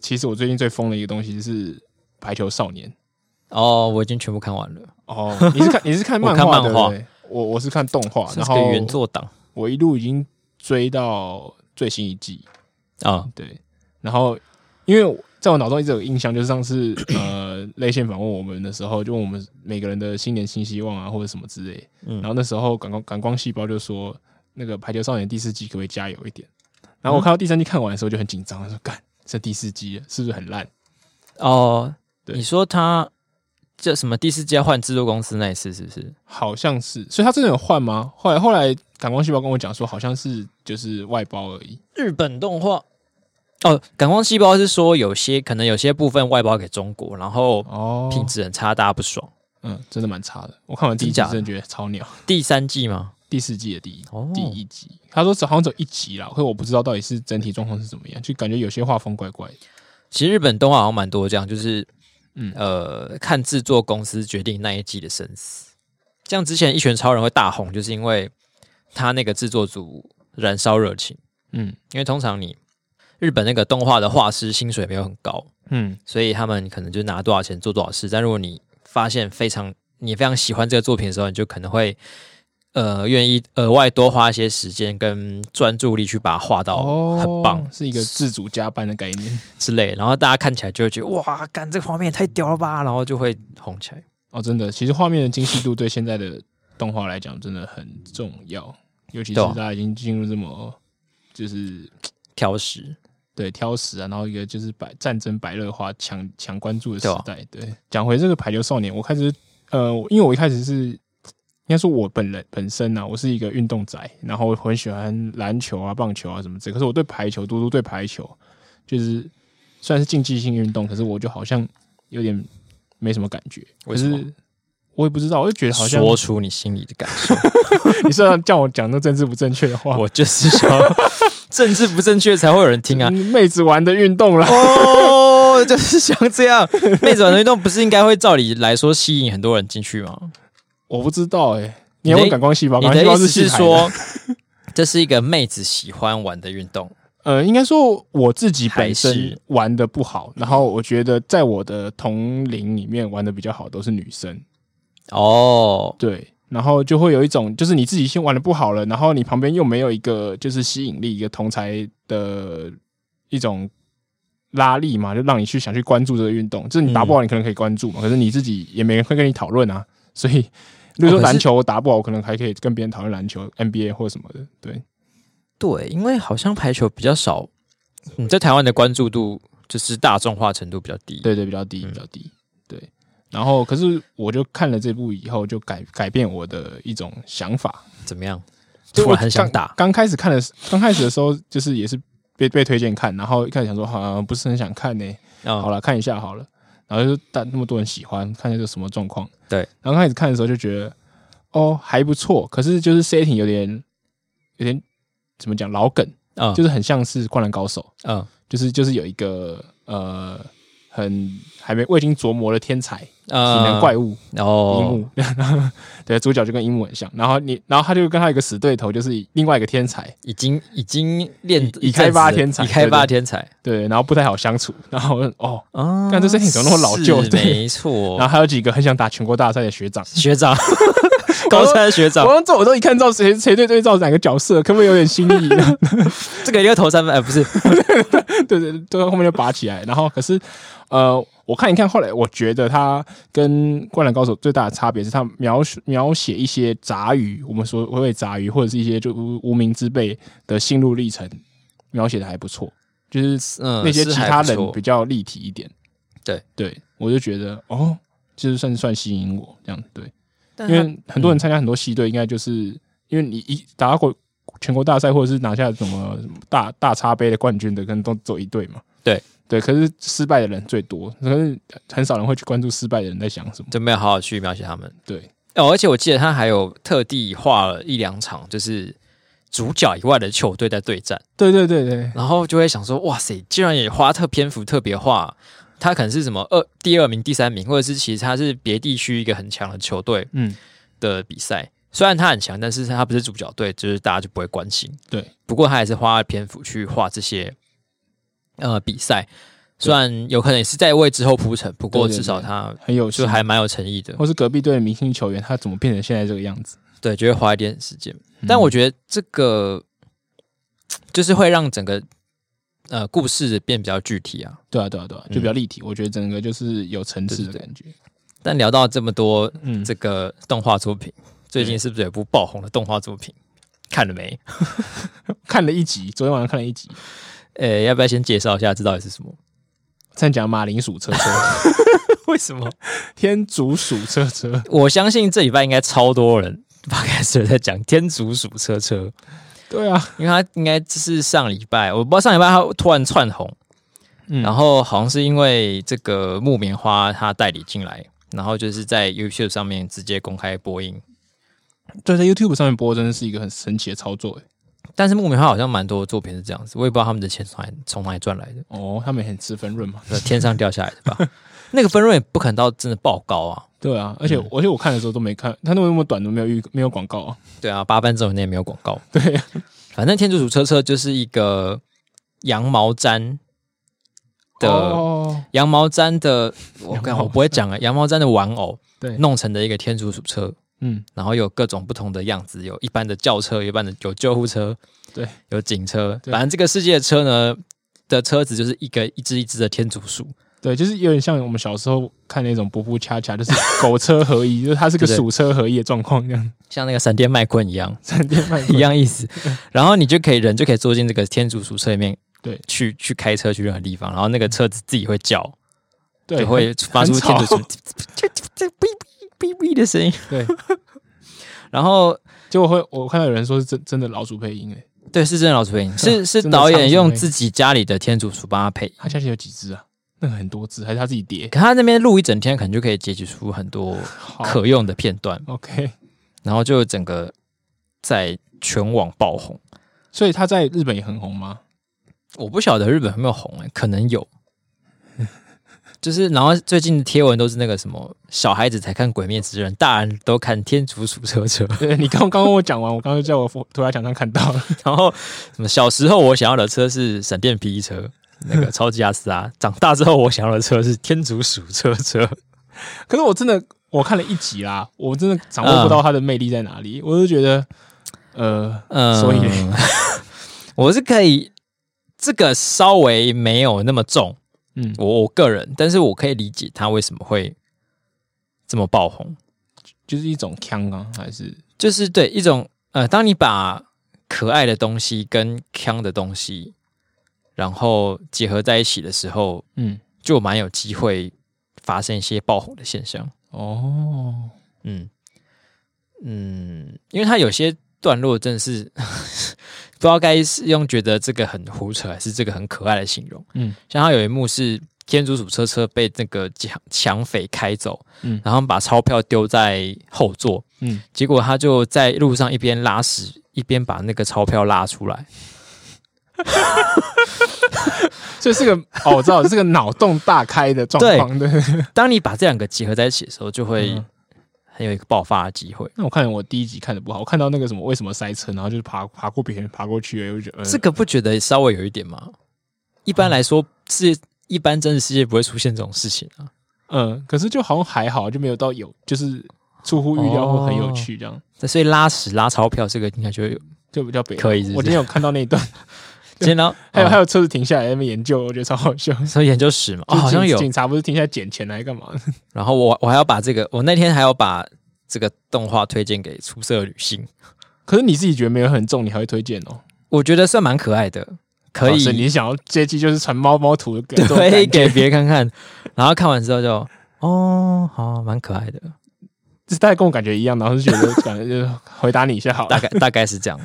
其实我最近最疯的一个东西是《排球少年》。哦，我已经全部看完了，哦，你是看你是看漫 我看画漫的，画对不对我我是看动画，这然是个后原作党我一路已经追到最新一季，啊。对，然后因为我在我脑中一直有印象，就是上次呃泪腺访问我们的时候，就问我们每个人的新年新希望啊，或者什么之类。嗯然后那时候感光感光细胞就说，那个《排球少年》第四季可不可以加油一点？然后嗯我看到第三季看完的时候就很紧张，说干这第四季了是不是很烂？哦，对你说他这什么第四季要换制作公司那一次是不是？好像是，所以他真的有换吗？后来后来感光细胞跟我讲说，好像是就是外包而已。日本动画哦，感光细胞是说有些可能有些部分外包给中国，然后哦品质很差，大家不爽。嗯，真的蛮差的。我看完第一真集假的真的觉得超鸟。第三季吗？第四季的第一、哦第一集，他说只好像只有一集啦，可我不知道到底是整体状况是怎么样，就感觉有些画风怪怪的。其实日本动画好像蛮多这样，就是嗯嗯呃，看制作公司决定那一季的生死。像之前《一拳超人》会大红，就是因为他那个制作组燃烧热情。嗯因为通常你日本那个动画的画师薪水没有很高，嗯所以他们可能就拿多少钱做多少事。但如果你发现非常你非常喜欢这个作品的时候，你就可能会呃愿意额外多花一些时间跟专注力去把它画到哦很棒哦是一个自主加班的概念。之类，然后大家看起来就会觉得哇，干这个画面也太屌了吧，然后就会红起来。哦，真的，其实画面的精细度对现在的动画来讲真的很重要，尤其是对啊大家已经进入这么就是挑食，对挑食啊，然后一个就是百战争白热化抢抢关注的时对啊代。对，讲回这个排球少年，我开始呃，因为我一开始是应该说我本人本身呢、啊，我是一个运动宅，然后我很喜欢篮球啊、棒球啊什么之类。可是我对排球，嘟嘟对排球就是虽然是竞技性运动，可是我就好像有点没什么感觉。为什么可是我也不知道，我就觉得好像说出你心里的感受。你虽然叫我讲那政治不正确的话，我就是想要 政治不正确才会有人听啊嗯。妹子玩的运动啦，哦，就是像这样，妹子玩的运动不是应该会照理来说吸引很多人进去吗？我我不知道哎、你你要的问感光细胞，你感光的细胞细意思是台的说，这是一个妹子喜欢玩的运动？呃，应该说我自己本还身是玩的不好，然后我觉得在我的同龄里面玩的比较好都是女生，哦，对，然后就会有一种就是你自己先玩的不好了，然后你旁边又没有一个就是吸引力一个同才的一种拉力嘛，就让你去想去关注这个运动，就是你打不嗯好你可能可以关注嘛，可是你自己也没人会跟你讨论啊，所以。比如哦可说是篮球我打不好，我可能还可以跟别人讨论篮球、NBA 或什么的。对，对，因为好像排球比较少，你在台湾的关注度就是大众化程度比较低。对对，比较低，比较低。对，然后可是我就看了这部以后，就改改变我的一种想法。怎么样？就突我然很想打刚刚开始看的时，刚开始的时候就是也是被被推荐看，然后一开始想说好像、不是很想看呢、啊、好了，看一下好了。然后就但那么多人喜欢，看一下这什么状况。对，然后开始看的时候就觉得哦还不错，可是就是 setting 有点有点怎么讲老梗，嗯就是很像是《灌篮高手》。嗯就是就是有一个呃很还没我已经琢磨了天才体呃能怪物樱哦，木， 然后对主角就跟樱木很像，然后你然后他就跟他有一个死对头，就是另外一个天才，已经已经练已一阵开发子天才已开对发对天才对，然后不太好相处，然后我就哦，啊！干这身体怎么那么老旧是对没错，然后还有几个很想打全国大赛的学长。学长，高三的学我长，说这我都一看到谁谁对对照哪个角色，可不可以有点新意？这个一个投三分，哎，不是， 对对，对，后面就拔起来。然后可是，呃，我看一看，后来我觉得它跟《灌篮高手》最大的差别是，它描述描写一些杂鱼，我们所谓的杂鱼，或者是一些就无无名之辈的心路历程，描写的还不错，就是嗯，那些是其还他不人错比较立体一点。对对，我就觉得哦，就是算算吸引我这样对。但因他为很多人参加很多系队，应该就是因为你一打过全国大赛，或者是拿下什么什么大大叉杯的冠军的，可能都走一队嘛。对对，可是失败的人最多，可是很少人会去关注失败的人在想什么。就没有好好去描写他们。对，哦，而且我记得他还有特地画了一两场，就是主角以外的球队在对战，对对对对，然后就会想说，哇塞，竟然也花特篇幅特别画。他可能是什么二第二名、第三名，或者是其实他是别地区一个很强的球队嗯，的比赛。虽然他很强，但是他不是主角队，就是大家就不会关心。对，不过他也是花了篇幅去画这些呃比赛，虽然有可能也是在为之后铺陈，不过对对至少他很有趣就。还蛮有诚意的。或是隔壁队的明星球员，他怎么变成现在这个样子？对，就会花一点时间。但我觉得这个就是会让整个呃故事变比较具体啊。对啊，对啊，对啊，就比较立体。我觉得整个就是有层次的感觉。但聊到这么多嗯，这个动画作品，最近是不是有一部爆红的动画作品？看了没？看了一集，昨天晚上看了一集，呃、要不要先介绍一下这到底是什么？在讲马铃薯车 车、 为什么？天竺鼠车车。我相信这礼拜应该超多人 p 开始在讲《天竺鼠车车》，对啊，因为它应该是上礼拜，我不知道上礼拜它突然窜红，嗯然后好像是因为这个木棉花它代理进来，然后就是在 YouTube 上面直接公开播映。对，在 YouTube 上面播，真的是一个很神奇的操作。欸但是木棉花好像蛮多作品是这样子，我也不知道他们的钱从哪里从哪里赚来的，哦，他们也很吃分润嘛。是天上掉下来的 吧？那个分润也不可能到真的爆高啊。对啊，而且、而且我看的时候都没看，他那么那么短都没有预没有广告、啊。对啊，八班之后那也没有广告。对反正天竺鼠车车就是一个羊毛毡的、哦，羊毛毡的，我羊毛看我不会讲啊，羊毛毡的玩偶对，弄成的一个天竺鼠车，嗯，然后有各种不同的样子，有一般的轿车，有一般的有救护车，对，有警车，对反正这个世界的车呢的车子就是一个一只一只的天竺鼠，对，就是有点像我们小时候看那种“步步恰恰”，就是狗车合一， 就是它是个对对鼠车合一的状况，这样像那个闪电麦昆一样闪电麦一样意思，然后你就可以人就可以坐进这个天竺鼠车里面。对去去开车去任何地方，然后那个车子自己会叫，对就会发出很天吵竺鼠 这这这哔哔哔哔的声音。对， 然后结果会我看到有人说是真真的老鼠配音诶、欸，对，是真的老鼠 配音，是是真的导唱演出用配自己家里的天竺鼠帮他配音。它下去有几只啊？那个很多只，还是他自己叠？可他那边录一整天，可能就可以截取出很多好可用的片段， OK，然后就整个在全网爆红。所以他在日本也很红吗？我不晓得日本有没有红、欸，可能有。 就是，然后最近的贴文都是那个什么，小孩子才看《鬼灭之刃》，大人都看《天竺鼠车车》， 对你刚刚跟我讲完，我刚刚就在我涂鸦墙上看到了，然后什么小时候我想要的车是闪电皮衣车，那个超级阿斯拉；长大之后我想要的车是天竺鼠车车。 可是我真的我看了一集啦，我真的掌握不到它的魅力在哪里，我就觉得呃，嗯，所以 嘞我是可以这个稍微没有那么重，嗯，我我个人，但是我可以理解他为什么会这么爆红，就是一种腔啊，还是就是对一种呃，当你把可爱的东西跟腔的东西，然后结合在一起的时候，嗯就蛮有机会发生一些爆红的现象。哦，嗯嗯，因为他有些段落真的是 不知道该是用觉得这个很胡扯，还是这个很可爱的形容。嗯，像他有一幕是天竺鼠车车被那个抢抢匪开走，嗯然后把钞票丢在后座，嗯，结果他就在路上一边拉屎一边把那个钞票拉出来。所以是个哦，我知道是个脑洞大开的状况，对。当你把这两个结合在一起的时候，就会嗯很有一个爆发的机会。那我看我第一集看的不好，我看到那个什么为什么塞车，然后就是爬爬过别人爬过去了，我就觉得、呃这个不觉得稍微有一点吗？一般来说，世界一般真实世界不会出现这种事情啊。嗯，可是就好像还好，就没有到有就是出乎预料或很有趣这样，那所以拉屎拉钞票这个应该就会有。就比较北。可以是不是我今天有看到那一段，今天呢，还有、还有，有车子停下来在那边研究，我觉得超好笑。所以研究室嘛，哦，就是好像有警。警察不是停下来捡钱来干嘛？ 然后我我还要把这个，我那天还要把这个动画推荐给出色女性，可是你自己觉得没有很重，你还会推荐哦？我觉得算蛮可爱的，可哦以所你想要接机就是传猫猫图的 感觉，对给别人看看。然后看完之后就，哦，好，蛮可爱的，这大概跟我感觉一样，然后就觉得感 觉就是回答你一下好大 了。概大概是这样。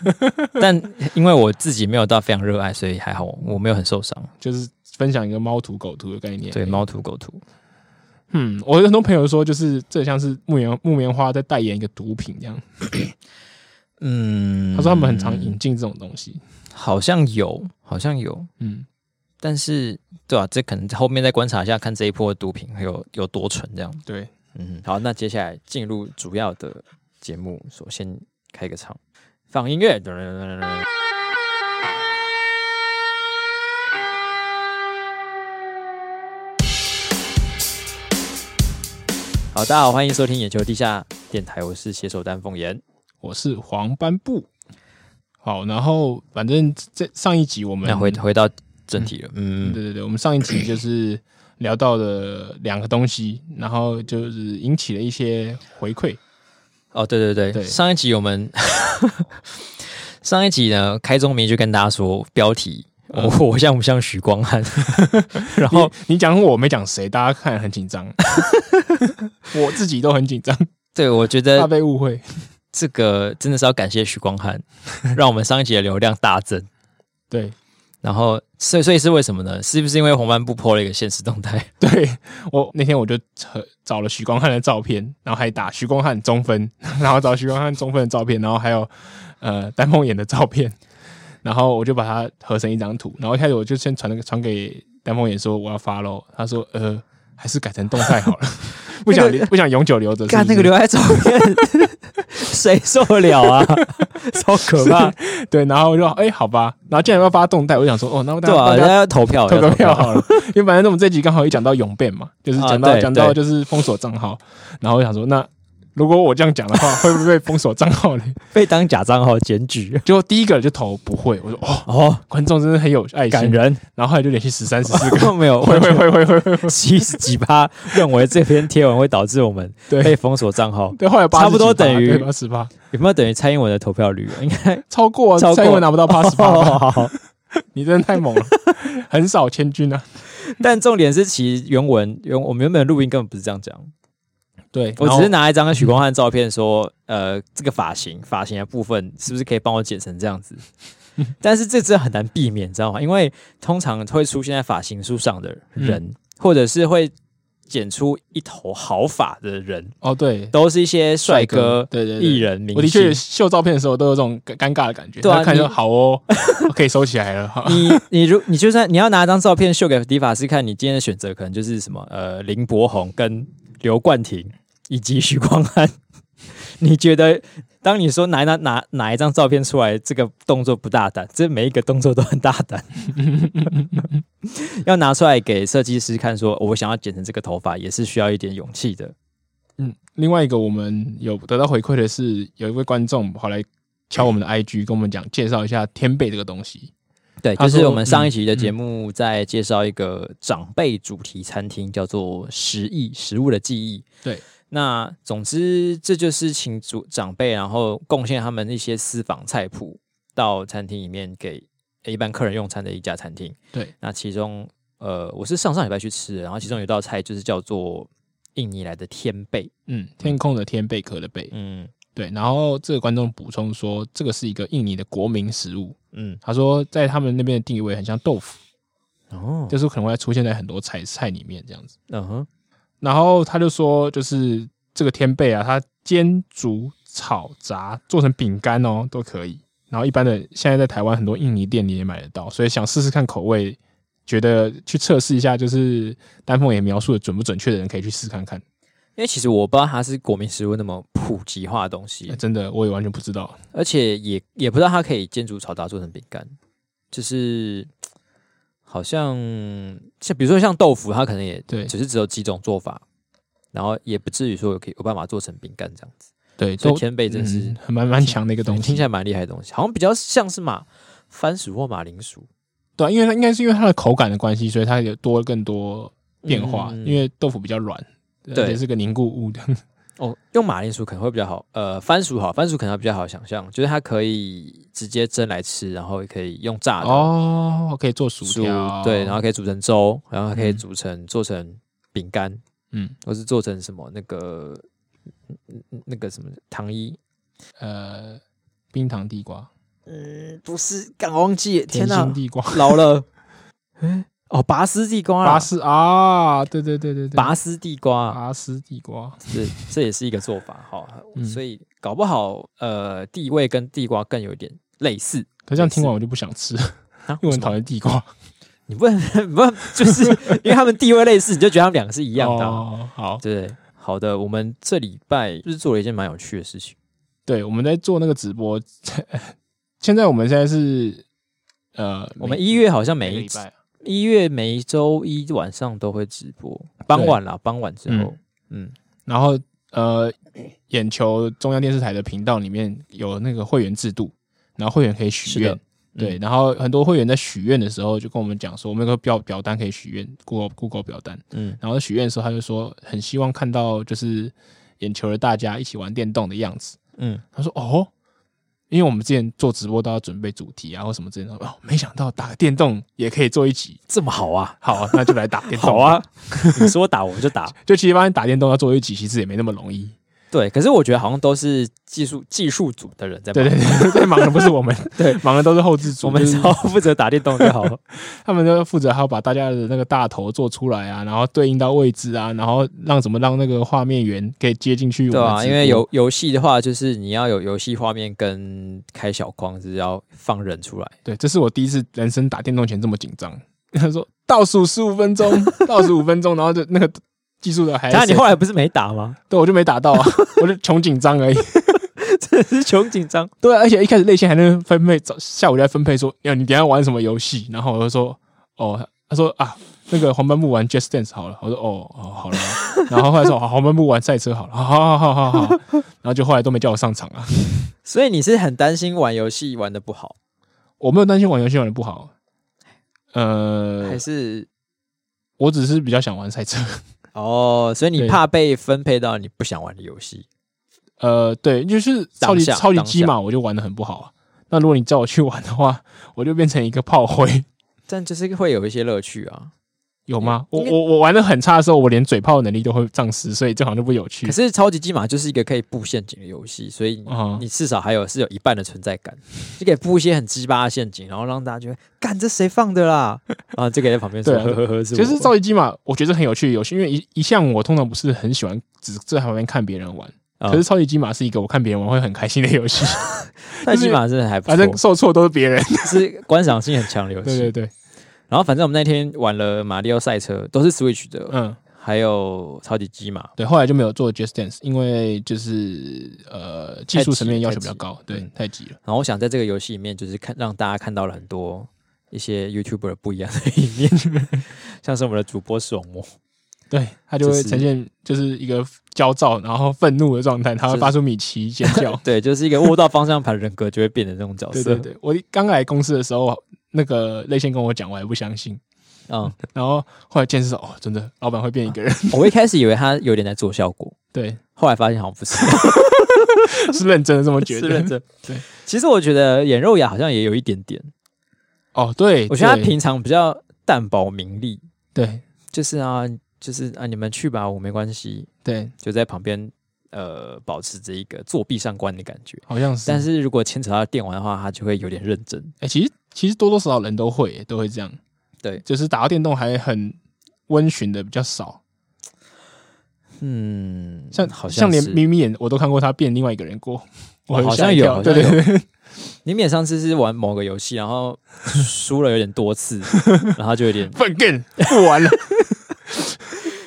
但因为我自己没有到非常热爱，所以还好，我没有很受伤。就是分享一个猫图狗图的概念。对，猫图狗图，嗯，我有很多朋友说，就是这像是木棉木棉花在代言一个毒品这样。嗯，他说他们很常引进这种东西。好像有，好像有，嗯，但是对啊，这可能后面再观察一下，看这一波的毒品会有有多纯这样。对，嗯，好，那接下来进入主要的节目，首先开个场，放音乐。好，大家好，欢迎收听眼球地下电台，我是携手丹凤眼。我是黄斑布。好，然后反正这上一集我们那回回到正题了，嗯，对对对，我们上一集就是聊到了两个东西，然后就是引起了一些回馈。哦，对对对，对上一集我们 上一集呢，开宗明义就跟大家说标题。嗯我我像不像许光汉？ 然后你讲我没讲谁，大家看得很紧张，我自己都很紧张，对我觉怕得被误会。这个真的是要感谢许光汉，让我们上一集的流量大增。对然后，所以所以是为什么呢？是不是因为红斑布破了一个现实动态？对，我那天我就扯找了徐光汉的照片，然后还打徐光汉中分， 然后找徐光汉中分的照片，然后还有呃丹凤眼的照片，然后我就把它合成一张图，然后一开始我就先传那个传给丹凤眼说我要发喽，他说呃还是改成动态好了， 不想留不想永久留着是不是，看那个刘海照片，谁受得了啊？ 超可怕！对，然后我就哎、好吧，然后既然要发动态，我就想说哦那大家对啊，大大家家要投票，投个要票好了，因为反正我们这集刚好一讲到永变嘛，就是讲啊到对讲到对就是封锁账号，然后我想说，那如果我这样讲的话，会不会被封锁账号呢？被当假账号检举。 结果第一个就投不会，我说哦，哦，观众真的很有爱感心，人，然后后来就连续十三十四 个，没有，会会会会会会，七十几趴认为这篇贴文会导致我们被对封锁账号， 对，后来差不多等于八十八，有没有等于蔡英文的投票率？应该超过啊超过蔡英文拿不到八十 八，哦你真的太猛了，很少千军啊，但重点是，其实原文原我们原本录音根本不是这样讲，对我只是拿一张许光汉照片说，呃，这个发型发型的部分是不是可以帮我剪成这样 子？但是这真的很难避免，你知道吗？因为通常会出现在发型书上的人，嗯或者是会剪出一头好发的人，哦对。都是一些帅哥、对对对艺人、明我的星确。秀照片的时候都有这种尴尴尬的感觉，对啊他看你就好哦，可以收起来了。好你你如你就算你要拿一张照片秀给理发师看，你今天的选择可能就是什么呃林柏宏跟刘冠廷以及许光汉。 你觉得当你说哪哪哪哪一张照片出来，这个动作不大胆，这每一个动作都很大胆，要拿出来给设计师看说，哦我想要剪成这个头发，也是需要一点勇气的。嗯，另外一个我们有得到回馈的是，有一位观众跑来敲我们的 IG，跟我们讲介绍一下天贝这个东西。对，他就说是我们上一集的嗯节目在介绍一个长辈主题餐厅，叫做“食忆食物的记忆”。对，那总之这就是请主长辈，然后贡献他们一些私房菜谱到餐厅里面给一般客人用餐的一家餐厅。对，那其中呃，我是上上礼拜去吃的，然后其中有一道菜就是叫做印尼来的天贝，嗯，天空的天，贝壳的贝。嗯对，然后这个观众补充说，这个是一个印尼的国民食物。嗯他说，在他们那边的定位很像豆腐，哦，就是可能会出现在很多菜菜里面这样子。嗯哼，然后他就说，就是这个天贝啊，它煎、煮、炒、炸，做成饼干哦，都可以。然后一般的，现在在台湾很多印尼店你也买得到，所以想试试看口味，觉得去测试一下，就是丹凤也描述的准不准确的人可以去试看看。因为其实我不知道它是国民食物那么普及化的东西，那真的，我也完全不知道。而且也也不知道它可以煎煮炒炸做成饼干，就是好像像比如说像豆腐，它可能也对只是只有几种做法，然后也不至于说有可以有办法做成饼干这样子。对，所以都天贝真是、嗯很蛮蛮强的一个对东听起西。来蛮厉害的东西，好像比较像是马番薯或马铃薯对啊，因为它应该是因为它的口感的关系，所以它有多更多变化。嗯因为豆腐比较软，而且是个凝固物的。哦，用马铃薯可能会比较好，呃，番薯好，番薯可能比较好想象，就是它可以直接蒸来吃，然后也可以用炸的哦，可以做薯煮条。啊对，然后可以煮成粥，然后还可以嗯煮成、做成饼干，嗯，或是做成什么那个嗯嗯那个什么糖衣，呃，冰糖地瓜、嗯，不是，敢忘记了，甜天哪心，地瓜、老了， 哎，哦，拔丝地瓜嗯啦，拔丝啊，对对对对对，拔丝地瓜，拔丝地瓜，这这也是一个做法，好， 嗯所以搞不好呃地位跟地瓜更有一点类似，可这样听完我就不想吃，啊、因为我很为什么讨厌地瓜。你不能 不能就是因为他们地位类似，你就觉得他们两个是一一样的啊、哦、好，对，好的，我们这礼拜就是做了一件蛮有趣的事情。对，我们在做那个直播， 现在我们现在是呃，我们一月好像每每每个一礼拜一月每一周一晚上都会直播，傍晚啦，傍晚之后，嗯然后呃，眼球中央电视台的频道里面有那个会员制度，然后会员可以许愿是的，嗯对，然后很多会员在许愿的时候就跟我们讲说，我们有个表表单可以许愿，Google Google 表单，嗯，然后许愿的时候他就说很希望看到就是眼球的大家一起玩电动的样子，嗯，他说哦。因为我们之前做直播都要准备主题啊或什么之类的，哦，没想到打个电动也可以做一集，这么好啊， 好，那就来打电动。 好啊，你说打我 就打。就其实发现打电动要做一集，其实也没那么容易。对，可是我觉得好像都是技术技术组的人在对忙，对对， 最忙的不是我们， 对忙的都是后置组，我们就只是要负责打电动就好了。 他们就负责还要把大家的那个大头做出来啊，然后对应到位置啊，然后让怎么让那个画面源可以接进去我对们的直播。啊，因为游游戏的话，就是你要有游戏画面跟开小框，就是要放人出来。对，这是我第一次人生打电动前这么紧张。他说倒数十五分钟，倒数五分钟，然后就那个技术的还那哎是你后来不是没打吗？ 对我就没打到啊，我就穷紧张而已。 真的是穷紧张。对啊，而且一开始内线还能分配，早下午就在分配说，呀，你等一下玩什么游戏？然后我就说，哦，他说啊，那个黄斑部玩 Just Dance 好了。我说哦，哦，好了。然后后来说，哦好，黄斑部玩赛车好了，好好好好好。然后就后来都没叫我上场啊，所以你是很担心玩游戏玩的不好，我没有担心玩游戏玩的不好，呃还，是我只是比较想玩赛车。哦？所以你对怕被分配到你不想玩的游戏？呃，对，就是超级当下超级当下鸡嘛，我就玩的很不好啊。那如果你叫我去玩的话，我就变成一个炮灰，但就是会有一些乐趣啊。有吗？我应该我我玩的很差的时候，我连嘴炮能力都会丧失，所以这好像就不有趣可。是超级机马就是一个可以布陷阱的游戏，所以你啊你至少还有是有一半的存在感， 就可以布一些很鸡巴的陷阱，然后让大家觉得干这谁放 的啦啊，这个在旁边说对啊呵呵呵，其实我造机嘛，我觉得很有趣的游戏，因为一一向我通常不是很喜欢只在旁边看别人玩，啊可是超级机马是一个我看别人玩会很开心的游戏，但起码真的还不反错正，受挫都是别人。 是观赏性很强的游对对戏。对，然后反正我们那天玩了马里奥赛车，都是 Switch 的，嗯，还有超级机马。对。后来就没有做 Just Dance，因为就是呃技术层面要求比较高，太急对嗯，太急了。然后我想在这个游戏里面，就是看让大家看到了很多一些 YouTuber 不一样的一面， 像是我们的主播视网膜，对，他就就会是呈现就是一个焦躁然后愤怒的状态，他会就是。发出米奇尖叫 对，就是一个握到方向盘人格就会变成这种角对色。对对，我一刚来公司的时候，那个内线跟我讲，我还不相信，嗯，然后后来见识到哦，真的，老板会变一个 人，我一开始以为他有点在做效果，对，后来发现好像不是，是认真的这么 觉 得，是认真。对，其实我觉得眼肉牙好像也有一点点，哦，对，我觉得他对平常比较淡薄名利，对就是啊，就是啊，你们去吧，我没关系，对，就在旁边呃保持着一个作弊上观的感觉。好像是。但是如果牵扯到电玩的话，他就会有点认真。哎、其实其实多多少少人都会耶都会这样，对就是打到电动还很温驯的比较少，嗯，像好像连是哦眯眯眼我都看过他变另外一个人过，我好吓像一有跳好对像对对，对 你免上次是玩某个游戏，然后输了有点 多次，然后就有点。粪更不玩了，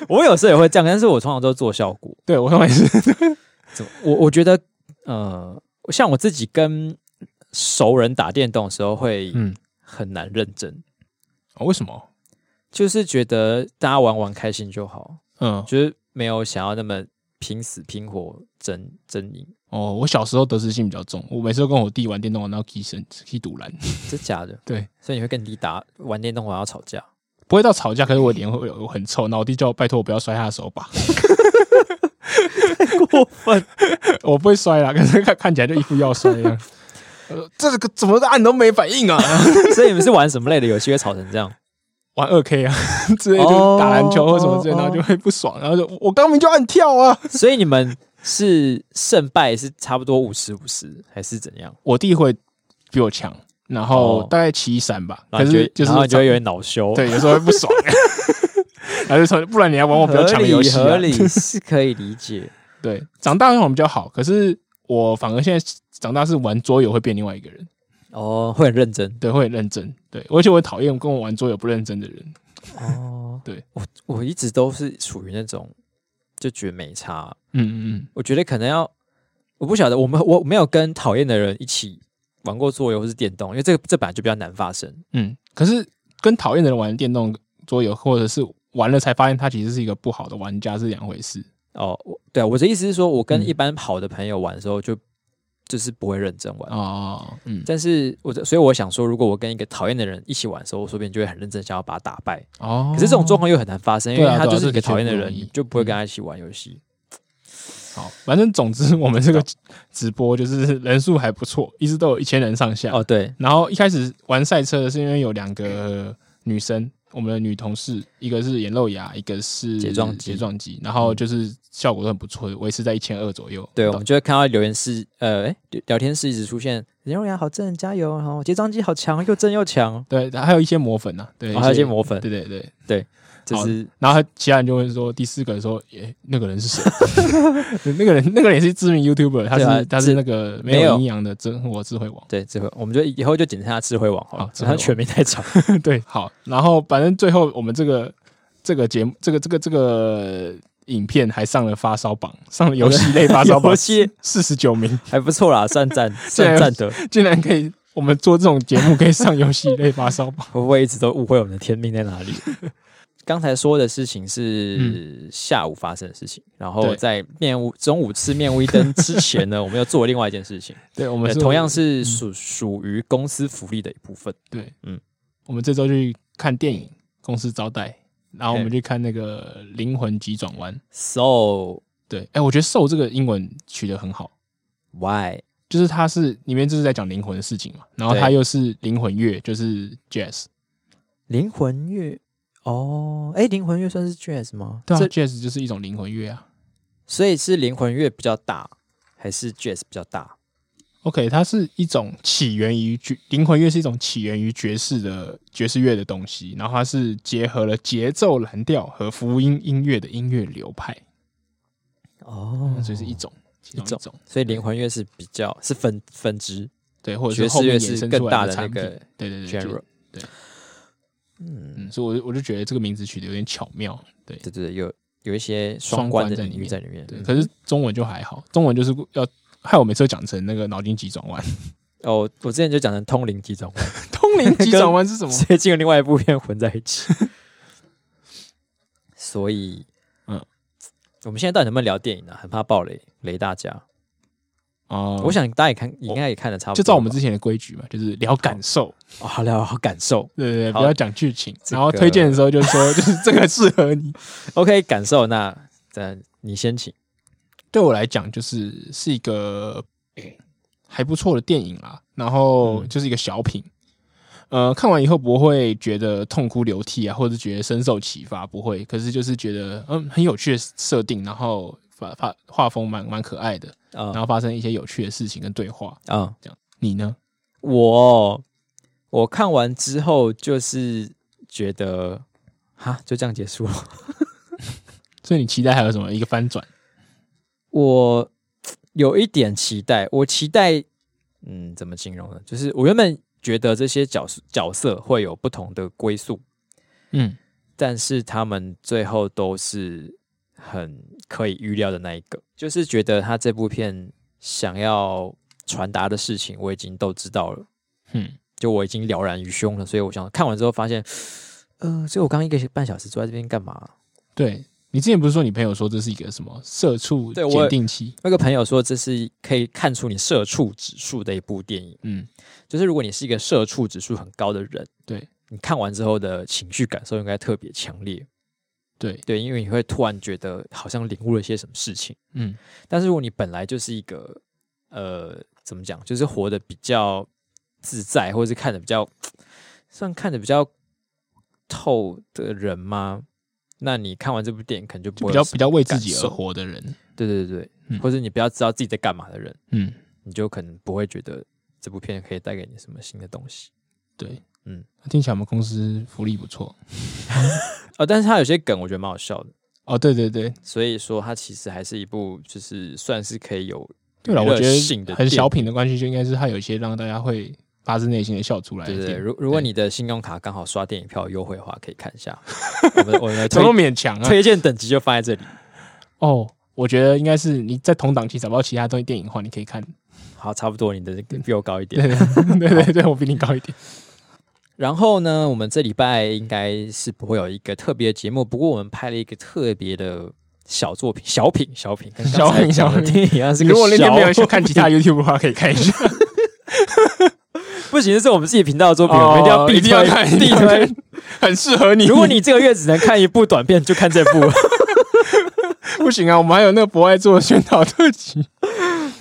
我有时候也会这样，但是我通常都做效果。对我认为是怎么我我觉得，呃，像我自己跟熟人打电动的时候会嗯、很难认真，哦为什么？就是觉得大家玩玩开心就好，嗯，就是没有想要那么拼死拼活争争赢，哦，我小时候得失心比较重，我每次都跟我弟玩电动玩到踢神踢堵篮，这假的。对，所以你会跟你弟打玩电动玩要吵架，不会到吵架，可是我脸会有很臭，然后我弟叫我拜托我不要摔他的手把，过分。 我不会摔啦，可是看看起来就一副要摔一样。 呃，这个怎么按都没反应啊！所以你们是玩什么类的游戏会吵成这样？ 玩二 K 啊之类，就是打篮球或什么之类，哦然后就会不爽，然后就我刚明就按跳啊。 所以你们是胜败是差不多五十五十，还是怎样？我弟会比我强，然后哦大概七三吧，然可后你觉是得就是然后你就会有点恼羞。对，有时候会不爽， 然后就说不然你来玩我比较合强的游理戏啊合。理是可以理解。对，长大后我比较好，可是我反而现在长大是玩桌游会变另外一个人，哦，会很认真对，会很认真，对，而且我讨厌跟我玩桌游不认真的人，哦对我我一直都是属于那种就觉得没差，嗯嗯我觉得可能要我不晓得，我们我没有跟讨厌的人一起玩过桌游或是电动，因为这个这本来就比较难发生。嗯嗯，可是跟讨厌的人玩电动桌游，或者是玩了才发现他其实是一个不好的玩家是两回事，哦，我对啊我的意思是说，我跟嗯一般好的朋友玩的时候就，就是不会认真玩。哦，嗯，但是我的所以我想说，如果我跟一个讨厌的人一起玩的时候，我说不定就会很认真想要把他打败。哦，可是这种状况又很难发生，因为对啊他对啊就是这一的个确讨厌的不人，容易嗯你就不会跟他一起玩游戏。好，反正总之我们这个直播就是人数还不错，一直都有一千人上下。哦，对，然后一开始玩赛车的是因为有两个女生，我们的女同事，一个是眼露牙，一个是睫状肌睫状肌，然后就是效果都很不错，维持在一千二左右。对，我们就会看到留言室，呃，诶聊聊天室一直出现林若阳好正，加油！然后结账机好强，又正又强，对，还有一些抹粉啊，对，哦然后还有一些抹粉，对对对。就好是然后他其他人就会说，第四个人说，诶、那个人是谁？ 那个人，那个人也是知名 YouTuber，他是、对啊他智是那个没没有有营养的真我智慧王。对智慧，我们就以后就简称他智慧网好了好，智只慧他网全名太长。 对，好，然后反正最后我们这个这个节目，这个这个这个影片还上了发烧榜，上了游戏类发烧 游榜戏四十九名，还不错啦，算赞，虽算然赞的。。竟然可以，我们做这种节目可以上游戏类发烧榜会不会一直都误会我们的天命在 哪里？刚才说的事情是下午发生的事情，然后嗯对在面屋中午吃面屋一灯之前 呢，我们又做了另外一件事情，对，我 对们嗯同样是属属于公司福利的一部分。对，嗯嗯，我们这周去看电影，公司招待，然后我们对去看那个《灵魂急转弯》。 So 对，哎，我觉得“受”这个英文取得很好。 why？就是它是里面就是在讲灵魂的事情嘛，然后它对又是灵魂乐，就是 jazz，灵魂乐哦，哎，灵魂乐算是 jazz 吗？对啊这，jazz 就是一种灵魂乐啊。所以是灵魂乐比较大，还是 jazz 比较大？ OK，它是一种起源于爵灵魂乐，是一种起源于爵士的爵士乐的东西，然后它是结合了节奏蓝调和福音音乐的音乐流派，哦，所以是一种其中一一种种所以灵魂乐是比较是分分支。对，或者爵是士后面乐衍是生更出来大的的产那品个对对对，就 general，对嗯，嗯，所以我就我就觉得这个名字取得有点巧妙，对对对对，有有一些双双关关的在隐里喻面在里面。对，嗯可是中文就还好，中文就是要害我每次都讲成那个脑筋急转弯， 哦，我之前就讲成通灵几种，通灵急转弯是什么？ 所以进了另外一部片混在一 起。所以，嗯嗯，我们现在到底能不能聊电影呢、很怕爆雷雷大家。哦我想大家也看，应该也看的差不多吧。就照我们之前的规矩嘛，就是聊感受，哦好聊好感受对对对，好不要讲剧情，这然后个推荐的时候就说 就是这个适合你。 ，OK 感受。那嗯，你先请。对我来讲，就是是一个哎还不错的电影啦，然后嗯就是一个小品。呃，看完以后不会觉得痛哭流涕啊，或者觉得深受启发，不会。可是就是觉得嗯很有趣的设定，然后画画画风蛮蛮可爱的，啊然后发生一些有趣的事情跟对话。啊，你呢？我我看完之后就是觉得，哈，就这样结束了。所以你期待还有什么一个翻转？我有一点期待，我期待，嗯，怎么形容呢？就是我原本觉得这些角色角色会有不同的归宿，嗯，但是他们最后都是很可以预料的那一个，就是觉得他这部片想要传达的事情，我已经都知道了，嗯，就我已经了然于胸了，所以我想看完之后发现，呃，所以我刚刚一个半小时坐在这边干嘛？对你之前不是说你朋友说这是一个什么社畜对我鉴定期？那个朋友说，这是可以看出你社畜指数的一部电影。嗯，就是如果你是一个社畜指数很高的人，对你看完之后的情绪感受应该特别强烈，对，对，因为你会突然觉得好像领悟了些什么事情。嗯但是如果你本来就是一个呃，怎么讲，就是活得比较自在，或者是看的比较算看的比较透的人吗？那你看完这部电影，可能就不就比会有较什么比较为自己感而受活的人，对对对，嗯或者你比较知道自己在干嘛的人，嗯，你就可能不会觉得这部片可以带给你什么新的东西。对，嗯嗯，听起来我们公司福利不错哦，但是它有些梗我觉得蛮好笑的，哦，对对对，所以说它其实还是一部就是算是可以有对了，娱乐我觉性的得很电小影品的关系，就应该是它有一些让大家会发自内心的笑出来的对对电对，影。如如果对你的信用卡刚好刷电影票有优惠的话，可以看 一下我们我们的怎么推勉强啊？推荐等级就放在这里。哦，我觉得应该是你在同档期找不到其他东西电影的话，你可以看。好，差不多你的比我高一嗯对点。对 对对对，我比你高一点。然后呢，我们这礼拜应该是不会有一个特别的节目，不过我们拍了一个特别的小作品、小品、小品，跟小品小品品一样是个如果那天没有去小看其他 YouTube 的话，可以看一下。 不行，这是我们自己频道的作品，哦我们一定要必一定要看推，一定必要看推。很适合你。如果你这个月只能看一部短片，就看这部不行啊，我们还有那个博爱做的宣导特辑。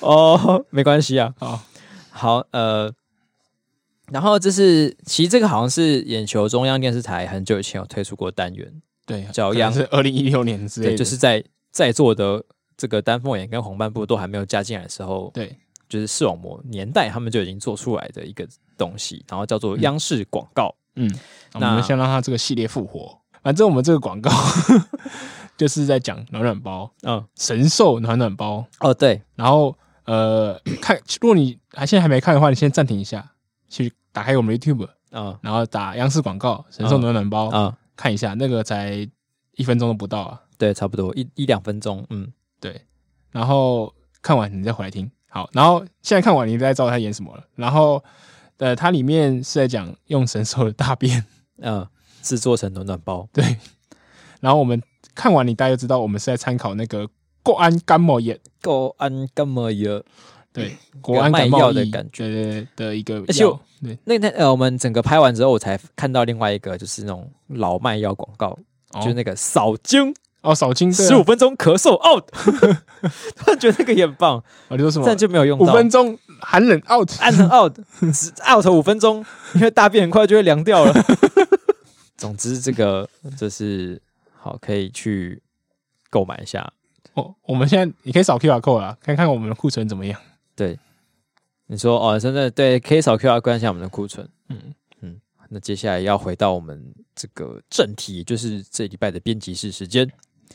哦，没关系啊。好，好，呃，然后这是其实这个好像是眼球中央电视台很久以前有推出过单元，对，脚丫可能是二零一六年之类对，的，就是在在座的这个丹凤眼跟黄斑部都还没有加进来的时候，对就是视网膜年代他们就已经做出来的一个东西，然后叫做央视广告。嗯，我那们先让它这个系列复活。反正我们这个广告 就是在讲暖暖包，嗯，神兽暖暖包。哦，对，然后呃，看，如果你还现在还没看的话，你先暂停一下，去打开我们的 YouTube，嗯然后打央视广告“神兽暖暖包”啊、看一下，那个才一分钟都不到啊。对，差不多一一两分钟，嗯，对，然后看完你再回来听。好，然后现在看完你再知道他演什么了。然后呃，它里面是在讲用神兽的大便，呃，制作成暖暖包，对。然后我们看完你大家就知道，我们是在参考那个国安感冒疫，够安干嘛耶？对，国安感嗯卖冒药的疫感觉对对对的一个药。而且我对，那天呃，我们整个拍完之后，我才看到另外一个就是那种老卖药广告，哦就是那个扫精哦，扫金十五，分钟咳嗽 out，突然觉得那个也很棒，我哦就说什么但就没有用五到。分钟寒冷 out，按成 out，只 out 五分钟，因为大便很快就会凉掉了。 总之，这个就是好，可以去购买一下。哦，我们现在你可以扫 QR code 啦，看看我们的库存怎么样。你说哦，真的对，可以扫 QR 看一下我们的库存。嗯嗯，那接下来要回到我们这个正题，就是这礼拜的编辑室时间。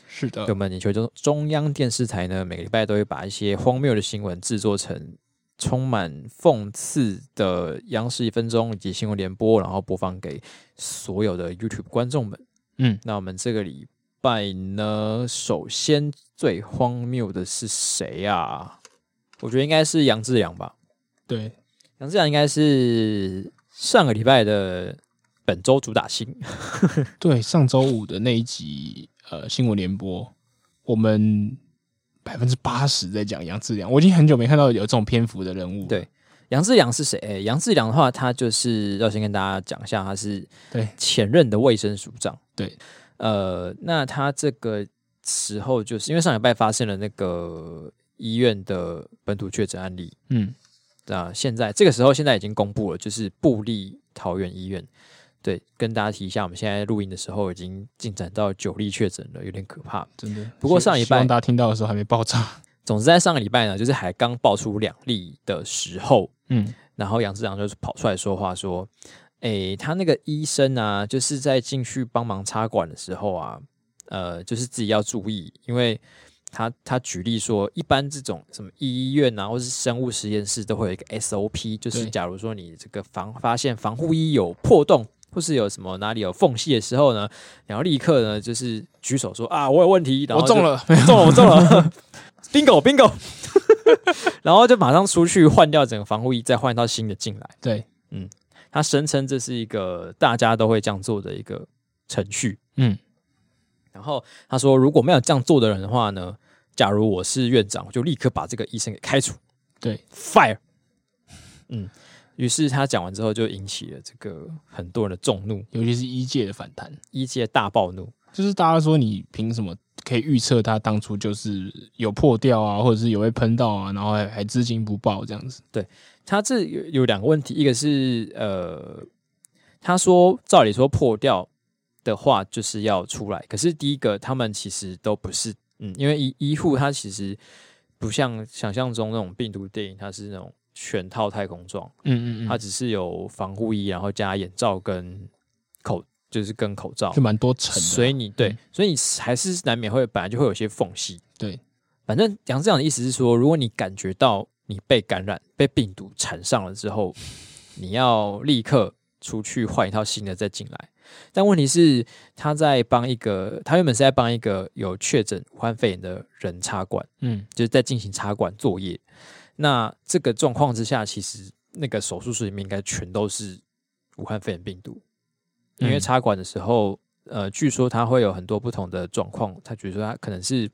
是的对我，们你球中中央电视台呢，每个礼拜都会把一些荒谬的新闻制作成充满讽刺的央视一分钟以及新闻联播，然后播放给所有的 YouTube 观众们。嗯，那我们这个礼拜呢，首先最荒谬的是谁啊？我觉得应该是杨志良吧。对，杨志良应该是上个礼拜的本周主打星。对，上周五的那一集呃新闻联播，我们百分之八十在讲杨志良，我已经很久没看到有这种篇幅的人物了。对 杨志良是谁？诶杨志良的话，他就是要先跟大家讲一下，他是对前任的卫生署长。对，呃，那他这个时候就是因为上礼拜发生了那个医院的本土确诊案例，嗯，那现在这个时候现在已经公布了，就是布利桃园医院。对，跟大家提一下，我们现在录音的时候已经进展到九例确诊了，有点可怕。真的。不过希上一希望拜大家听到的时候还没爆炸。总之，在上个礼拜呢，就是还刚爆出两例的时候，嗯，然后杨志良就是跑出来说话说：“诶，他那个医生啊，就是在进去帮忙插管的时候啊，呃，就是自己要注意，因为他他举例说，一般这种什么医院啊，或是生物实验室都会有一个 SOP，就是对假如说你这个防发现防护衣有破洞。”或是有什么哪里有缝隙的时候呢，然后立刻呢就是举手说啊我有问题，然我后就中了，中了，我中了，bingo bingo，然后就马上出去换掉整个防护衣，再换一套新的进来。对，他声称这是一个大家都会这样做的一个程序。嗯，然后他说，如果没有这样做的人的话呢，假如我是院长，我就立刻把这个医生给开除对， ，fire。嗯，于是他讲完之后，就引起了这个很多人的众怒，尤其是一届的反弹，一界大暴怒。就是大家说你凭什么可以预测他当初就是有破掉啊，或者是有被喷到啊，然后还还知情不报这样子。他这有有两个问题，一个是呃，他说照理说破掉的话就是要出来，可是第一个他们其实都不是，嗯，因为医医护他其实不像想象中那种病毒电影，它是那种全套太空装，嗯嗯它嗯，只是有防护衣，然后加眼罩跟口，就是跟口罩就，蛮多层的。所以你对，嗯所以你还是难免会本来就会有些缝隙，对，反正杨志良的意思是说，如果你感觉到你被感染、被病毒缠上了之后，你要立刻出去换一套新的再进来。但问题是，他在帮一个，他原本是在帮一个有确诊武汉肺炎的人插管，嗯，就是在进行插管作业。那这个状况之下，其实那个手术室里面应该全都是武汉肺炎病毒，因为嗯插管的时候，呃，据说他会有很多不同的状况，他比如说他可能是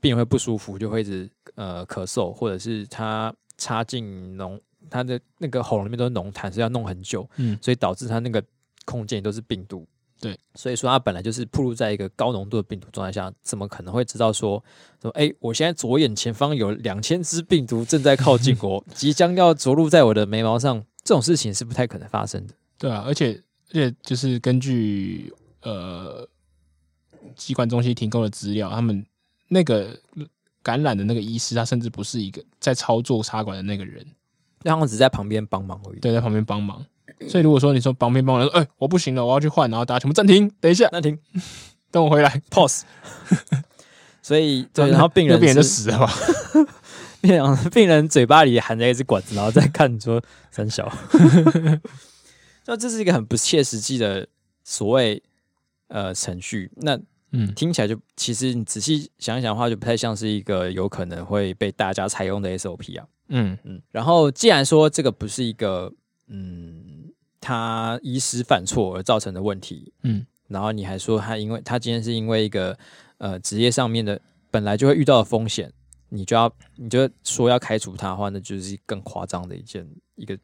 病人会不舒服，就会一直呃咳嗽，或者是他插进浓他的那个喉咙里面都是浓痰，所以要弄很久，嗯所以导致他那个空间里都是病毒。对，所以说他本来就是暴露在一个高浓度的病毒状态下，怎么可能会知道说说，哎、我现在左眼前方有两千只病毒正在靠近我， 即将要着陆在我的眉毛上，这种事情是不太可能发生的。对啊，而且而且就是根据呃疾管中心提供的资料，他们那个感染的那个医师，他甚至不是一个在操作插管的那个人，然后只是在旁边帮忙而已。对，在旁边帮忙。所以如果说你说旁边帮忙说，哎、我不行了，我要去换，然后大家全部暂停，等一下，那停等我回来。 pause。所以对，那然后病人那病人就是死了 吧？病人病人嘴巴里含着一支管子，然后再看你说三 小， 那这是一个很不切实际的所谓呃程序。那嗯，听起来就其实你仔细想一想的话，就不太像是一个有可能会被大家采用的 SOP 啊。嗯嗯，然后既然说这个不是一个嗯他医师犯错而造成的问题，嗯，然后你还说他因为他今天是因为一个呃职业上面的本来就会遇到的风险，你就要你就说要开除他的话，那就是更夸张的一件一个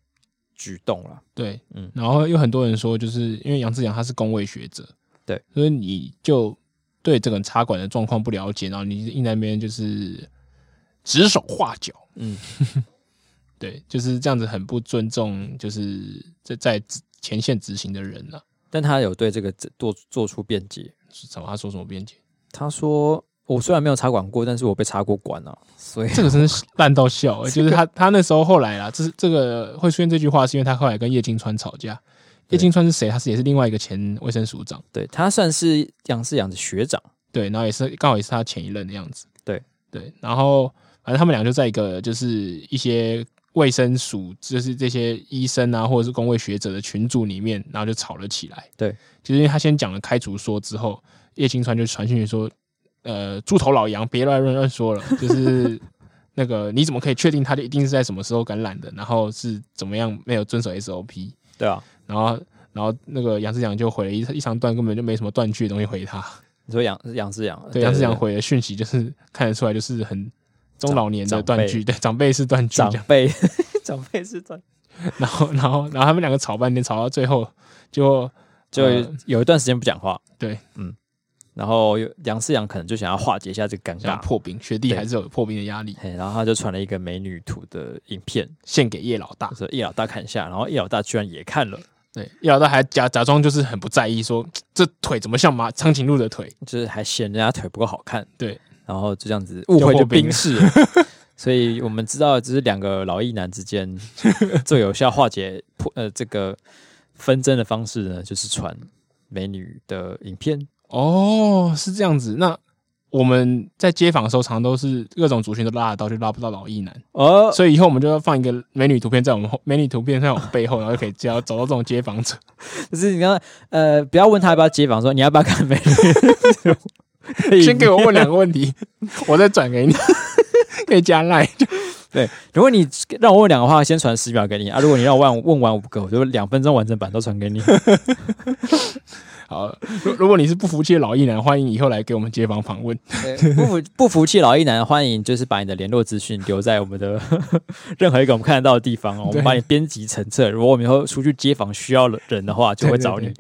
举动了。对，嗯嗯，然后有很多人说，就是因为杨志阳他是工位学者，对，所以你就对这个插管的状况不了解，然后你硬在那边就是指手画脚，嗯， 对，就是这样子很不尊重，就是在在执前线执行的人了、啊。但他有对这个做做出辩解，是什么？他说什么辩解？他说我虽然没有插管过，但是我被插过管啊，所以这个真是烂到 笑、就是他他那时候后来啦，这是这个会出现这句话，是因为他后来跟叶金川吵架。对叶金川是谁？他是也是另外一个前卫生署长。对他算是杨世阳的学长。对，然后也是刚好也是他前一任的样子。对对，然后反正他们俩就在一个就是一些卫生署，就是这些医生啊或者是工位学者的群组里面，然后就吵了起来。对，就是因为他先讲了开除说之后，叶青川就传讯息说，呃，猪头老杨别乱乱乱说了，就是 那个你怎么可以确定他就一定是在什么时候感染的，然后是怎么样没有遵守 SOP，对啊，然后。然后那个杨志良就回了一一长段根本就没什么断句的东西回他，你说杨杨世阳，对杨志对阳回的讯息，就是看得出来，就是很中老年的长断句，对长辈是断句这长样。辈 长辈是断，然后， 然后，然后他们两个吵半天，吵到最后就就呃有一段时间不讲话。对，嗯，然后有杨世阳可能就想要化解一下这个尴想要尬，破冰，学弟对还是有破冰的压力，嘿，然后他就传了一个美女图的影片，献给叶老大。说叶老大看一下，然后叶老大居然也看了，对，叶老大还假假装就是很不在意，说这腿怎么像马长颈鹿的腿？就是还嫌人家腿不够好看，对，然后就这样子误会就破就冰冰释 了。所以我们知道，这是两个老一男之间最有效化解破呃这个纷争的方式呢，就是传美女的影片。哦，是这样子。那我们在街访的时候，常都是各种族群都拉得到，就拉不到老一男。哦，所以以后我们就要放一个美女图片在我们后，美女图片在我们背后，然后就可以只要找到这种街访者。就是你刚呃，不要问他要不要街访，说你要不要看美 女，先给我问两个问题， 我再转给你， 可以加赖。对。如果你让我问两个话，先传十秒给你啊。如果你让我问问完五个，我就两分钟完整版都传给你。好，如如果你是不服气的老艺男，欢迎以后来给我们街访访问。 对 不服不服气老一男，欢迎就是把你的联络资讯留在我们的 任何一个我们看得到的地方哦，我们对把你编辑成册。如果我们以后出去街访需要人的话，就会找你。对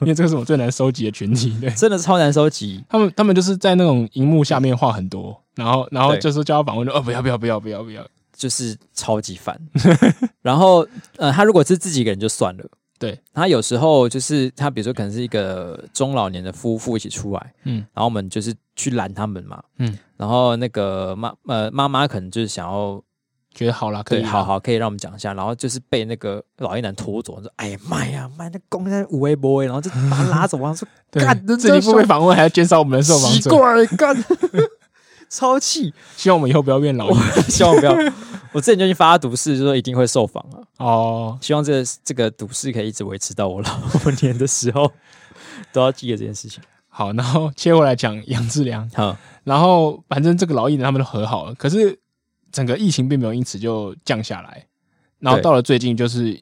因为这个是我最难收集的群体。对真的超难收集，他们，他们就是在那种荧幕下面话很多，然后然后对就是叫他访问，哦，不要不要不要不要不要，就是超级烦。 然后呃，他如果是自己一个人就算了。对，他有时候就是他，比如说可能是一个中老年的夫妇一起出来，嗯然后我们就是去拦他们嘛，嗯，然后那个妈呃妈妈可能就是想要觉得好啦，可以对，啦好，好可以让我们讲一下，然后就是被那个老一男拖走，说哎呀妈呀妈，那公在五 A 波，然后就把他 拉走，然后说对干，这自己不被访问还要减少我们的受访奇者，怪干， 超气，希望我们以后不要变老艺男 希望不要。 我之前就去发毒誓，就说一定会受访啊，哦。希望这个这个毒誓可以一直维持到我老 年的时候，都要记得这件事情。好，然后切回来讲杨志良，好，然后反正这个老艺人他们都和好了，可是整个疫情并没有因此就降下来，然后对到了最近就是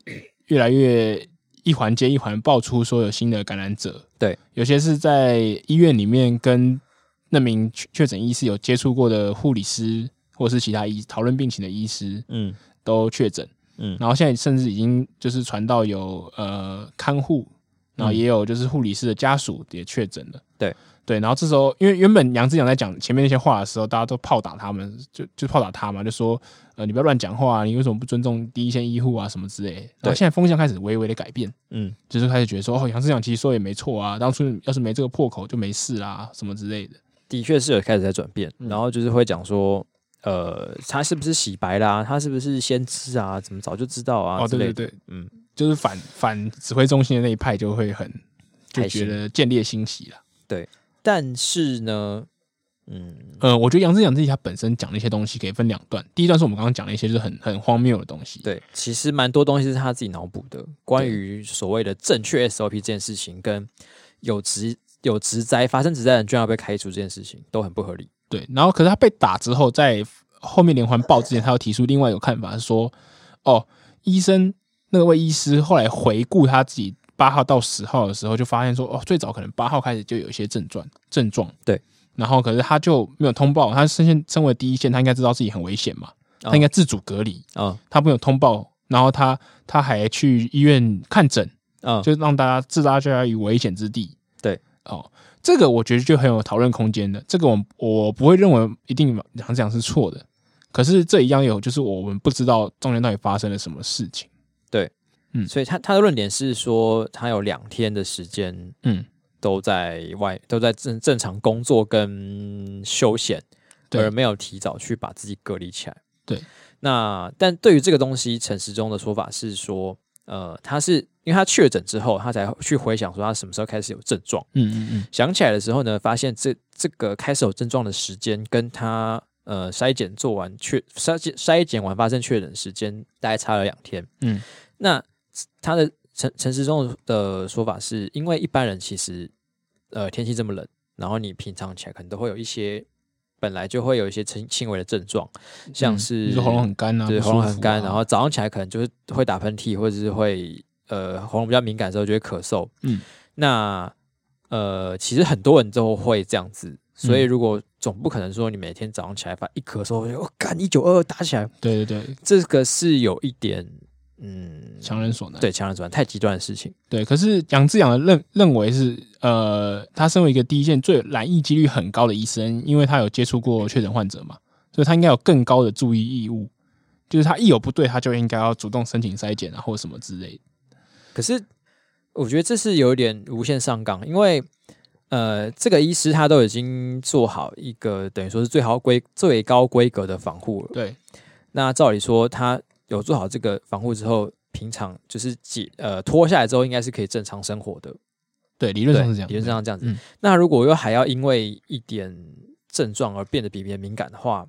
越来越一一环接一环爆出说有新的感染者，对，有些是在医院里面跟那名确确诊医师有接触过的护理师，或者是其他医讨论病情的医师嗯都确诊，嗯然后现在甚至已经就是传到有呃看护，然后也有就是护理师的家属也确诊了。嗯对对，然后这时候因为原本杨志阳在讲前面那些话的时候，大家都炮打他们，就就炮打他嘛，就说呃你不要乱讲话、啊，你为什么不尊重第一线医护啊什么之类的。然后对现在风向开始微微的改变，嗯就是开始觉得说哦杨志阳其实说也没错啊，当初要是没这个破口就没事啦什么之类的。的确是有开始在转变，嗯然后就是会讲说，呃，他是不是洗白啦、他是不是先知啊？怎么早就知道啊？哦，之对类对的，对，嗯，就是反反指挥中心的那一派就会很就开觉心得见猎欣喜啦。但是呢，嗯，呃，我觉得杨志阳自己他本身讲的一些东西可以分两段。第一段是我们刚刚讲的一些就是很很荒谬的东西，对，其实蛮多东西是他自己脑补的，关对于所谓的正确 SOP 这件事情，跟有职有职灾发生职灾的人居然要被开除这件事情，都很不合理。对。然后可是他被打之后，在后面连环爆之前，他又提出另外一个看法是说，哦，医生那位医师后来回顾他自己八号到十号的时候，就发现说，哦，最早可能八号开始就有一些症状症状，对。然后可是他就没有通报，他身现身为第一线，他应该知道自己很危险嘛，他应该自主隔离，啊他没有通报，然后他他还去医院看诊。啊，就让大家置大家于危险之地。对，哦，这个我觉得就很有讨论空间的。这个我们我不会认为一定讲讲是错的，可是这一样有就是我们不知道中间到底发生了什么事情。嗯所以他他的论点是说，他有两天的时间嗯，都在外都在正正常工作跟休闲，对而没有提早去把自己隔离起来。对，那但对于这个东西，陈时中的说法是说，呃，他是因为他确诊之后，他才去回想说他什么时候开始有症状。嗯嗯嗯，想起来的时候呢，发现这这个开始有症状的时间跟他呃筛检做完确筛检筛检完发生确诊时间大概差了两天。嗯，那他的陈陈时中的说法是因为一般人其实呃天气这么冷，然后你平常起来可能都会有一些本来就会有一些轻轻微的症状，像嗯比是、如说喉咙很干啊，对，不喉咙舒很服干，啊然后早上起来可能就是会打喷嚏，或者是会呃喉咙比较敏感的时候就会咳嗽。嗯，那呃，其实很多人都会这样子，所嗯以如果总不可能说你每天早上起来发一咳嗽，我哦干一九二二打起来，对对对，这个是有一点嗯，强人所难。对强人转太极端的事情。对，可是杨志阳的认认为是，呃，他身为一个第一线最染疫几率很高的医生，因为他有接触过确诊患者嘛，所以他应该有更高的注意义务，就是他一有不对，他就应该要主动申请筛检啊，或者什么之类的。可是我觉得这是有点无限上纲，因为呃，这个医师他都已经做好一个等于说是最好规最高规格的防护了。对，那照理说，他有做好这个防护之后，平常就是解呃脱下来之后，应该是可以正常生活的，对，理论对，上是这样，理论上这样子。嗯那如果又还要因为一点症状而变得比别人敏感的话，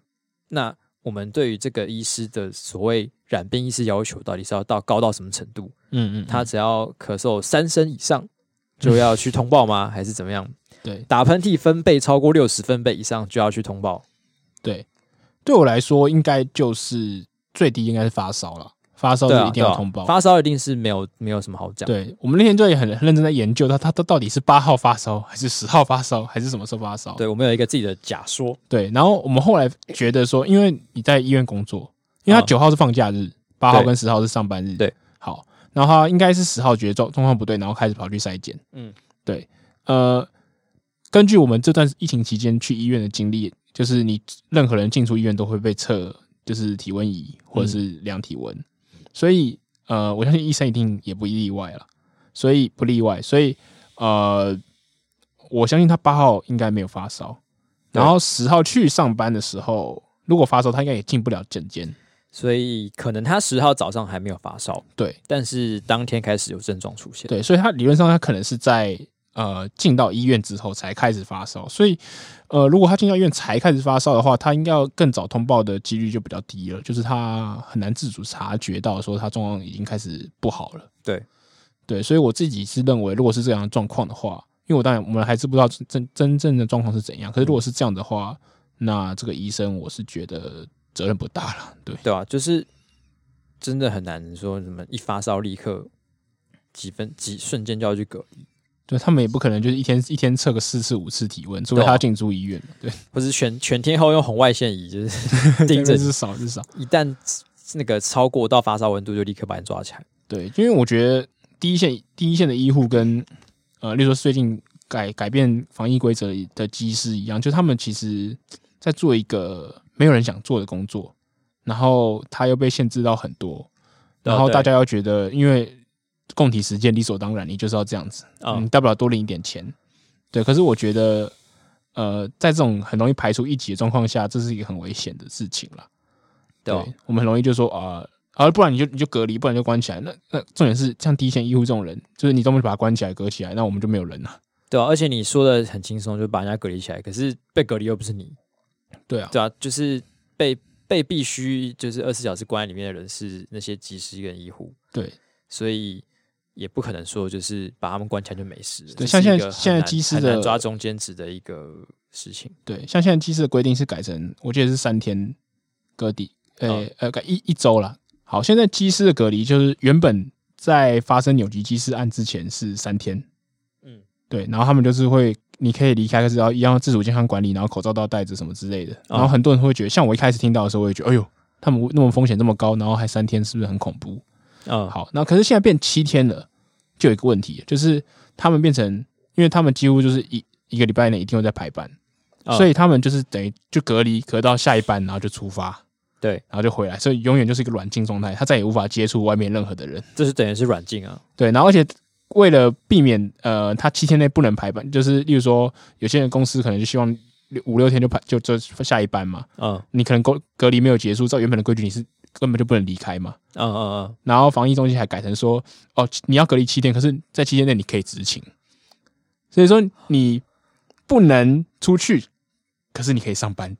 那我们对于这个医师的所谓染病医师要求，到底是要到高到什么程度？嗯嗯，他只要咳嗽三声以上，就要去通 报吗？还是怎么样？对打喷嚏分贝超过六十分贝以上就要去通报。对，对我来说，应该就是最低应该是发烧了，发烧就对啊，一定要对啊通报。发烧一定是没有没有什么好讲。对我们那天就也很很认真在研究他，他他到底是八号发烧，还是十号发烧，还是什么时候发烧？对我们有一个自己的假说，对，然后我们后来觉得说，因为你在医院工作，因为他啊九号是放假日，八号对跟十号是上班日。对，好，然后他应该是十号觉得状状况不对，然后开始跑去筛检。嗯，对，呃，根据我们这段疫情期间去医院的经历，就是你任何人进出医院都会被测，就是体温仪嗯或者是量体温，所以呃，我相信医生一定也不例外了，所以不例外，所以呃，我相信他八号应该没有发烧，对然后十号去上班的时候，如果发烧，他应该也进不了诊间。所以可能他十号早上还没有发烧，对但是当天开始有症状出现。对，所以他理论上他可能是在呃进到医院之后才开始发烧，所以呃如果他进到医院才开始发烧的话，他应该要更早通报的几率就比较低了，就是他很难自主察觉到说他状况已经开始不好了。对对，所以我自己是认为，如果是这样的状况的话，因为我当然我们还是不知道真真正的状况是怎样，可是如果是这样的话，那这个医生我是觉得责任不大了。对，对啊，就是真的很难说什么一发烧立刻几分几瞬间就要去隔离，对他们也不可能就是一天一天测个四次五次体温，除非对啊他进出医院了。对，或是全全天候用红外线仪，就是 盯着这你，是少是少。一旦那个超过到发烧温度，就立刻把你抓起来。对，因为我觉得第一线第一线的医护跟呃，例如说最近改改变防疫规则的机师一样，就他们其实在做一个没有人想做的工作，然后他又被限制到很多，然后对大家又觉得因为供体实践理所当然，你就是要这样子，啊、嗯，大不了多领一点钱。对，可是我觉得，呃，在这种很容易排除异己的状况下，这是一个很危险的事情啦。对吧，我们很容易就说啊、呃，啊，不然你就你就隔离，不然就关起来。那那重点是，像第一线医护这种人，就是你都没把他关起来、隔起来，那我们就没有人了。对啊，而且你说的很轻松，就把人家隔离起来，可是被隔离又不是你，对啊，对啊，就是被被必须就是二十四小时关在里面的人是那些技师跟医护，对所以也不可能说就是把他们关起来就没事了。对这是像现一在个很现在难机师很难的抓中间值的一个事情，对，像现在机师的规定是改成，我记得是三天隔离，呃、嗯呃，改一一周啦。好，现在机师的隔离就是原本在发生纽吉机师案之前是三天，嗯，对，然后他们就是会，你可以离开，可是要一样自主健康管理，然后口罩都要戴着什么之类的。然后很多人会觉得，像我一开始听到的时候，我也觉得，哎呦，他们那么风险这么高，然后还三天，是不是很恐怖？嗯，好，那可是现在变七天了，就有一个问题，就是他们变成，因为他们几乎就是一一个礼拜内一定会在排班，嗯所以他们就是等于就隔离隔到下一班，然后就出发，对，然后就回来，所以永远就是一个软禁状态，他再也无法接触外面任何的人。这是等于是软禁啊，对，然后而且为了避免呃，他七天内不能排班，就是例如说有些人公司可能就希望六五六天就排就就下一班嘛，嗯你可能隔隔离没有结束，照原本的规矩你是根本就不能离开嘛。嗯嗯然后防疫中心还改成说，哦，你要隔离七天，可是在七天内你可以执勤，所以说你不能出去，可是你可以上班，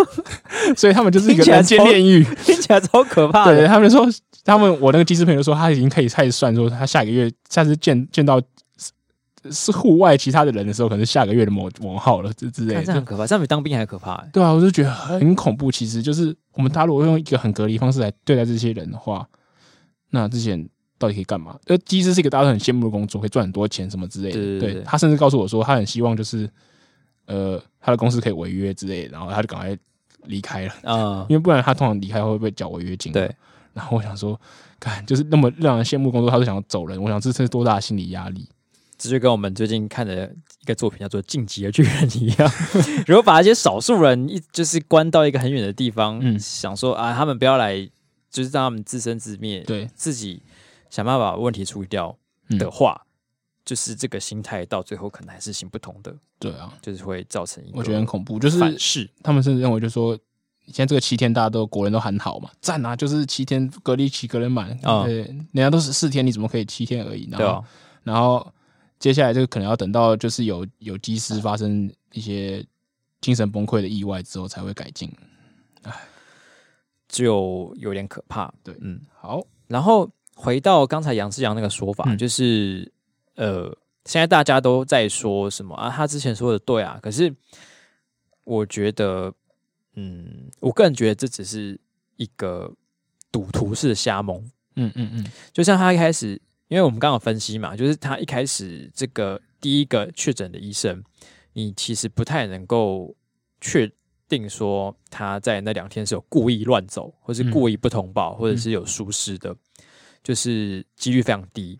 所以他们就是一个听起人间来超炼狱。嗯， 听起来超啊可怕对，的。他们说，他们我那个技师朋友说，他已经可以开始算说，他下个月下次见见到是是户外其他的人的时候，可能是下个月的某某号了之之类 看这的样。很可怕，这样比当兵还可怕、欸。对啊，我就觉得很恐怖。其实就是我们大家如果用一个很隔离方式来对待这些人的话，那这些人到底可以干嘛？呃，技师是一个大家都很羡慕的工作，可以赚很多钱什么之类的。对对对对他甚至告诉我说，他很希望就是呃，他的公司可以违约之类的，然后他就赶快离开了。嗯，因为不然他通常离开会被缴违约金。对。然后我想说，看就是那么让人羡慕工作，他就想要走人。我想这是多大的心理压力？这就跟我们最近看的一个作品叫做《晋级的巨人》一样， 如果把一些少数人一就是关到一个很远的地方，嗯想说啊，他们不要来，就是让他们自生自灭，对自己想办法把问题处理掉嗯的话，就是这个心态到最后可能还是行不通的，对啊，就是会造成一个我觉得很恐怖。就是反噬，他们甚至认为，就是说现在这个七天，大家都国人都喊好嘛，赞啊！就是七天隔离期隔人满，啊对，人家都是四天，你怎么可以七天而已？然对后，啊，然后接下来这个可能要等到就是有有机师发生一些精神崩溃的意外之后才会改进。就有点可怕。对嗯，好，然后回到刚才杨志阳那个说法，嗯就是呃，现在大家都在说什么啊？他之前说的对啊，可是我觉得，嗯，我个人觉得这只是一个赌徒式的瞎蒙。嗯嗯嗯，就像他一开始，因为我们刚刚有分析嘛，就是他一开始这个第一个确诊的医生，你其实不太能够确定说他在那两天是有故意乱走，或是嗯故意不通报，或者是有疏失的，就是几率非常低。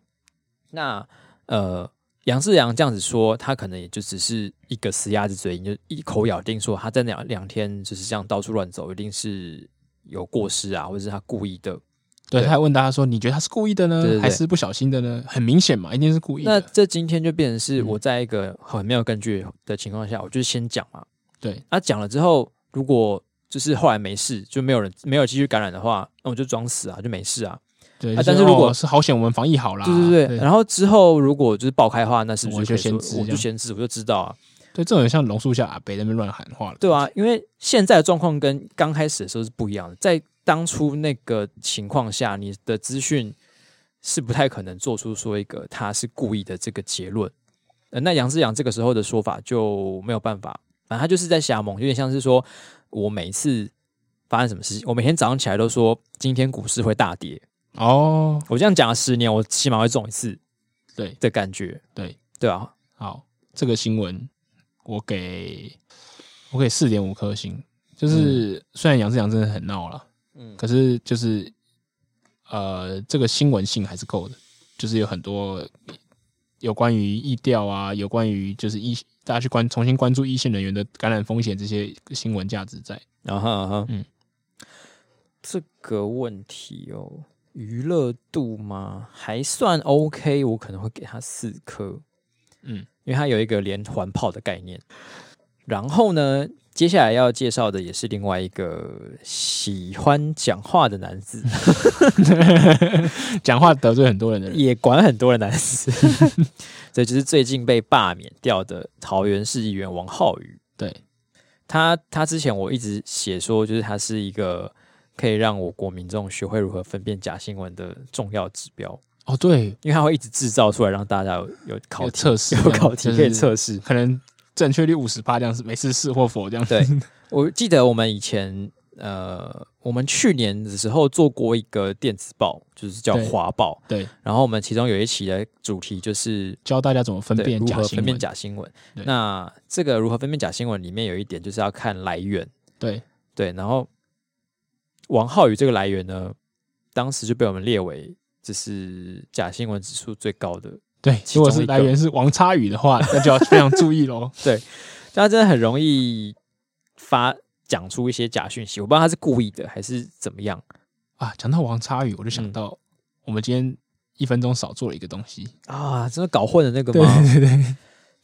那呃，杨志阳这样子说，他可能也就只是一个死鸭子嘴硬，就一口咬定说他在两两天就是这样到处乱走，一定是有过失啊，或者是他故意的。对，对他还问大家说，你觉得他是故意的呢，对对对还是不小心的呢？很明显嘛，一定是故意那的。这今天就变成是嗯我在一个很没有根据的情况下，我就先讲嘛。对，啊，讲了之后，如果就是后来没事，就没有人没有继续感染的话，那我就装死啊，就没事啊。对，啊就但是如果哦是好险，我们防疫好啦。对对对。然后之后如果就是爆开的话，那是不我是就可以说先知我这就样先知，我就知道啊。对，这种很像榕树下阿北那边乱喊话了。对啊，因为现在的状况跟刚开始的时候是不一样的，在当初那个情况下，你的资讯是不太可能做出说一个他是故意的这个结论。呃，那杨志阳这个时候的说法就没有办法，反正他就是在瞎蒙，有点像是说我每一次发生什么事情，我每天早上起来都说今天股市会大跌，哦，我这样讲了十年，我起码会中一次对的感觉，对，对啊，好，这个新闻我给我给四点五颗星，就是、虽然杨志良真的很闹了，嗯可是就是呃，这个新闻性还是够的，就是有很多有关于疫调啊，有关于就是一大家去关重新关注一线人员的感染风险这些新闻价值在。然后然后嗯嗯，这个问题哦，娱乐度吗？还算 OK，我可能会给他四颗，嗯，因为它有一个连环炮的概念。然后呢，接下来要介绍的也是另外一个喜欢讲话的男子，嗯讲话得罪很多人的人，也管很多的男子， 所以就是最近被罢免掉的桃园市议员王浩宇。对，他他之前我一直写说，就是他是一个可以让我国民众学会如何分辨假新闻的重要指标，哦对，因为他会一直制造出来让大家有有考有题测试有这样考题就可以是测试。可能正确率五十八这样是每次是或否这样。 对，我记得我们以前呃，我们去年的时候做过一个电子报，就是叫对华报，对，然后我们其中有一期的主题就是教大家怎么分对辨如假何新闻分辨。假新闻。对那这个如何分辨假新闻里面有一点就是要看来源，对，对，然后王浩宇这个来源呢，当时就被我们列为就是假新闻指数最高的，对，其如果中是一来个源是王差宇的 话，那就要非常注意喽。但他真的很容易发讲出一些假讯息，我不知道他是故意的还是怎么样啊，讲到王差宇，我就想嗯到我们今天一分钟少做了一个东西。啊，真的搞混了那个对吗？对对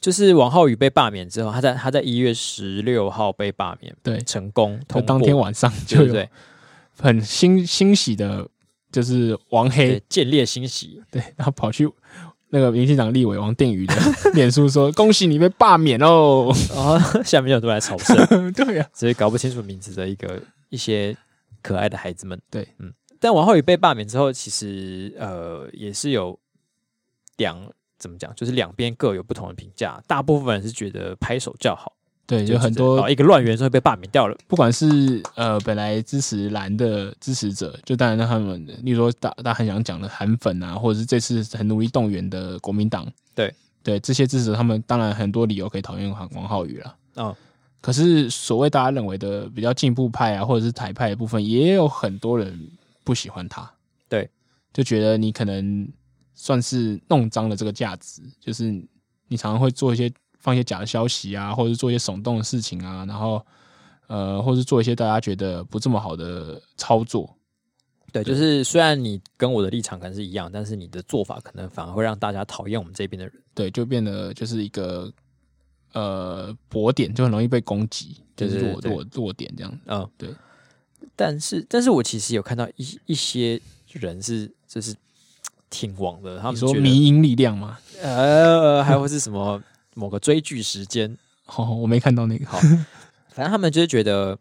就是王浩宇被罢免之后，他在他在一月十六号被罢免对，成功就通当过天晚上对就对有对很欣欣喜的，就是王黑对，见猎欣喜，对，然后跑去那个民进党立委王定宇的脸书说：“ 恭喜你被罢免 哦然后下面有很多人来朝圣。！”对呀、所以搞不清楚名字的一个一些可爱的孩子们。对，嗯。但王浩宇被罢免之后，其实呃也是有两怎么讲，就是两边各有不同的评价。大部分人是觉得拍手叫好，对，就有很觉得多哦一个乱源就会被罢免掉了。不管是呃本来支持蓝的支持者，就当然让他们，例如说大大家很想讲的韩粉啊，或者是这次很努力动员的国民党，对对，这些支持者他们当然很多理由可以讨厌王王浩宇了。嗯，可是所谓大家认为的比较进步派啊，或者是台派的部分，也有很多人不喜欢他，对，就觉得你可能算是弄脏了这个价值，就是你常常会做一些放一些假的消息啊，或者是做一些耸动的事情啊，然后呃，或是做一些大家觉得不这么好的操作，对，就是虽然你跟我的立场可能是一样，但是你的做法可能反而会让大家讨厌我们这边的人。对，就变得就是一个呃薄点，就很容易被攻击，就是对对弱对弱弱点这样。嗯，对。但是，但是我其实有看到一一些人是就是挺网的，他你们说觉得迷因力量吗？呃，还会是什么某个追剧时间？ 哦，我没看到那个。反正他们就是觉得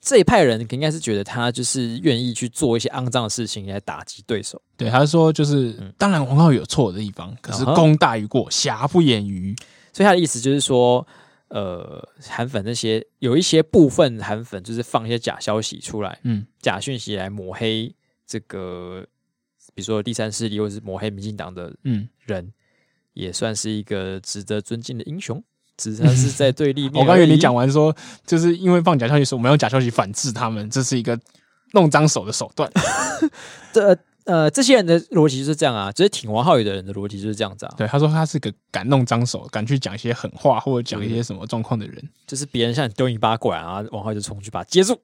这一派人应该是觉得他就是愿意去做一些肮脏的事情来打击对手。对，他说就是，当然王浩宇有错的地方，可是啊哈功大于过，瑕不掩瑜。所以他的意思就是说，呃，韩粉那些有一些部分韩粉就是放一些假消息出来、嗯，假讯息来抹黑这个，比如说第三势力或是抹黑民进党的嗯，人，也算是一个值得尊敬的英雄。只是他是在对立面而 已。我刚以为你讲完说，就是因为放假消息说我们用假消息反制他们，这是一个弄脏手的手段。这呃，这些人的逻辑就是这样啊，就是挺王浩宇的人的逻辑就是这样子 啊，对，他说他是个敢弄脏手、敢去讲一些狠话或者讲一些什么状况的人，就是别人向你丢泥巴过来啊，王浩宇就冲去把他接住，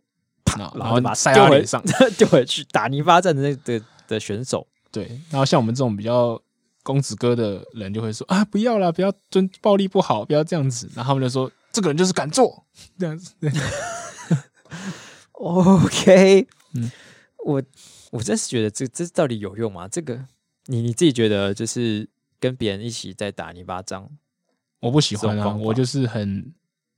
然后然然后后就把塞它到丢他回脸上。 丢回去打泥巴战的那的的选手， 对，然后像我们这种比较公子哥的人就会说啊，不要啦，不要尊暴力不好，不要这样子。然后他们就说这个人就是敢做这样子。对 OK，嗯嗯，我我真是觉得这这到底有用吗？这个你你自己觉得就是跟别人一起在打泥巴仗，我不喜欢这啊，种方法我就是很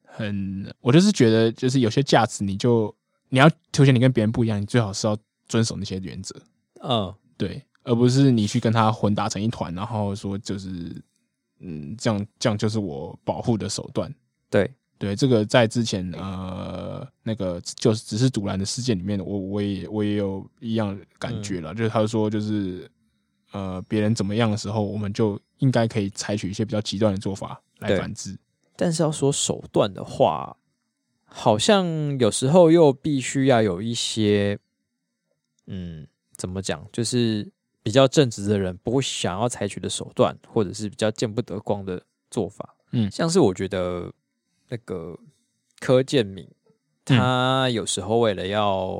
很，我就是觉得就是有些价值，你就你要凸显你跟别人不一样，你最好是要遵守那些原则，嗯，对，而不是你去跟他混打成一团，然后说就是嗯，这样这样就是我保护的手段。对，对，这个在之前呃那个就是只是阻拦的事件里面，我我也我也有一样的感觉嗯了，就是他说就是呃别人怎么样的时候，我们就应该可以采取一些比较极端的做法来对反制。但是要说手段的话，好像有时候又必须要有一些，嗯，怎么讲，就是比较正直的人不会想要采取的手段，或者是比较见不得光的做法。嗯像是我觉得那个柯建明，他嗯有时候为了要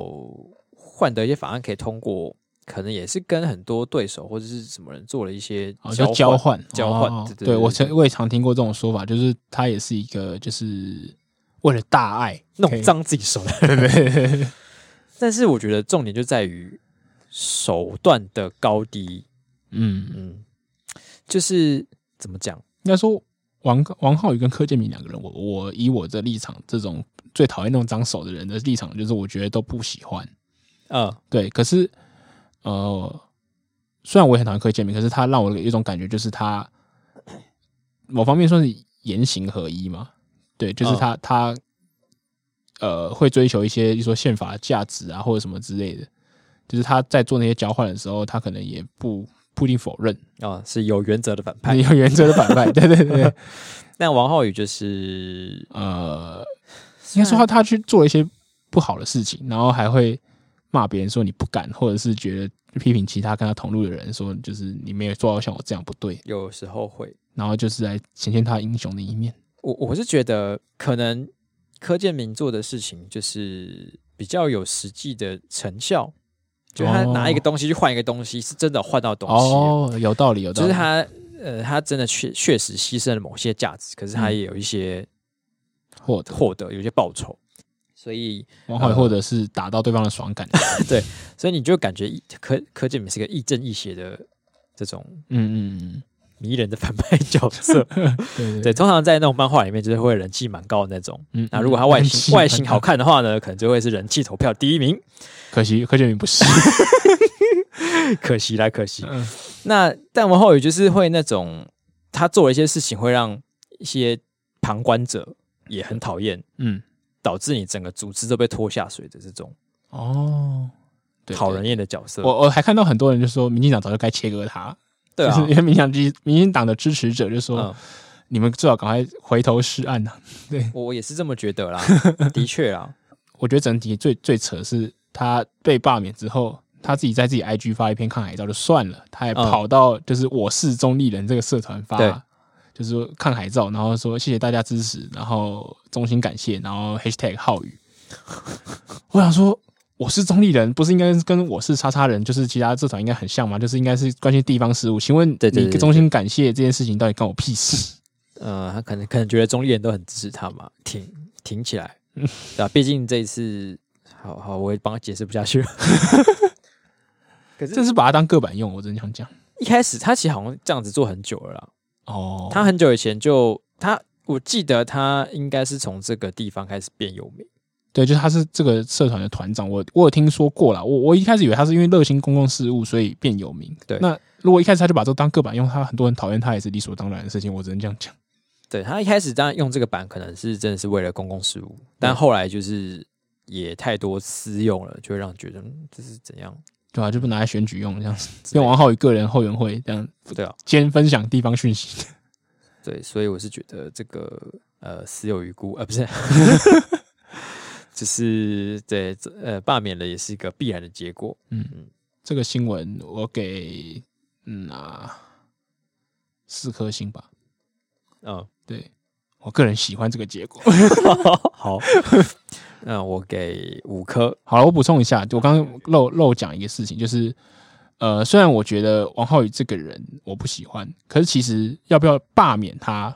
换得一些法案可以通过，可能也是跟很多对手或者是什么人做了一些哦，就交换交换哦对对对对我对曾我也常听过这种说法，就是他也是一个就是为了大爱可弄以脏自 己手的 人。但是我觉得重点就在于手段的高低，嗯，嗯，就是怎么讲，应该说王王浩宇跟柯建明两个人，我我以我的立场，这种最讨厌弄脏手的人的立场，就是我觉得都不喜欢。呃，对，可是呃，虽然我也很讨厌柯建明，可是他让我有一种感觉，就是他某方面算是言行合一嘛。对，就是嗯他、他呃会追求一些，就说宪法价值啊或者什么之类的。就是他在做那些交换的时候，他可能也不不一定否认，啊、是有原则的反他派。有原则的反派。 对对 对，但王浩宇就是，呃，应该说他他去做了一些不好的事情，然后还会骂别人说你不敢，或者是觉得批评其他跟他同路的人说，就是你没有做到像我这样不对，有时候会，然后就是来显现他英雄的一面。我我是觉得可能柯建明做的事情就是比较有实际的成效，就是他拿一个哦东西去换一个东西，是真的换到东西了哦，有道理，有道就理。是他呃，他真的确确实牺牲了某些价值，可是嗯他也有一些获得获得，有一些报酬，所以王浩宇获呃得是打到对方的爽感。所以你就感觉一柯柯建明是个亦正亦邪的这种嗯嗯嗯迷人的反派角 色。嗯，对对，，通常在那种漫画里面，就是会人气蛮高的那种。嗯那如果他外形外嗯形，好看的话呢，可能就会是人气投票第一名。 可惜柯建明不 是。可惜啦，可惜。嗯那但王浩宇就是会那种，他做了一些事情，会让一些旁观者也很讨厌，嗯，导致你整个组织都被拖下水的这种哦，对讨。人厌的角色对。我我还看到很多人就说，民进党早就该切割他，对就是啊因，为民进党支民进党的支持者就说，嗯，你们最好赶快回头是岸啊呐、我我也是这么觉 得啦，的确啦，我觉得整体最最扯是他被罢免之后，他自己在自己 IG 发一篇抗海照就算了，他还嗯跑到就是我是中立人这个社团发对，就是说抗海照，然后说谢谢大家支持，然后衷心感谢，然后 Hashtag 浩宇。我想说。我是中立人，不是应该跟我是叉叉人，就是其他社团应该很像吗？就是应该是关心地方事务。请问对对对你对衷心感谢这件事情到底关我屁事？呃，他可能可能觉得中立人都很支持他嘛，挺挺起来，嗯对啊，毕竟这一次，好好，我也帮他解释不下去了。 可真是是把它当个板用，我真想讲。一开始他其实好像这样子做很久了啦，哦，他很久以前就他，我记得他应该是从这个地方开始变有名，对，就是他是这个社团的团长，我我有听说过啦。我我一开始以为他是因为热心公共事务，所以变有名。对那如果一开始他就把这当个板用，他很多人讨厌他也是理所当然的事情，我只能这样讲。对他一开始当然用这个版可能是真的是为了公共事务，但后来就是也太多私用了，就会让人觉得嗯这是怎样对啊，就不拿来选举用，这样子之类用啊的王浩宇个人后援会这样对啊，兼分享地方讯息。 对，所以我是觉得这个呃死有余辜，呃不是，就是对这呃罢免了也是一个必然的结果。这个新闻我给嗯啊四颗星吧。 嗯，对我个人喜欢这个结果。好，那我给五颗。好了，我补充一下，就我刚刚漏漏讲一个事情，就是呃，虽然我觉得王浩宇这个人我不喜欢，可是其实要不要罢免他，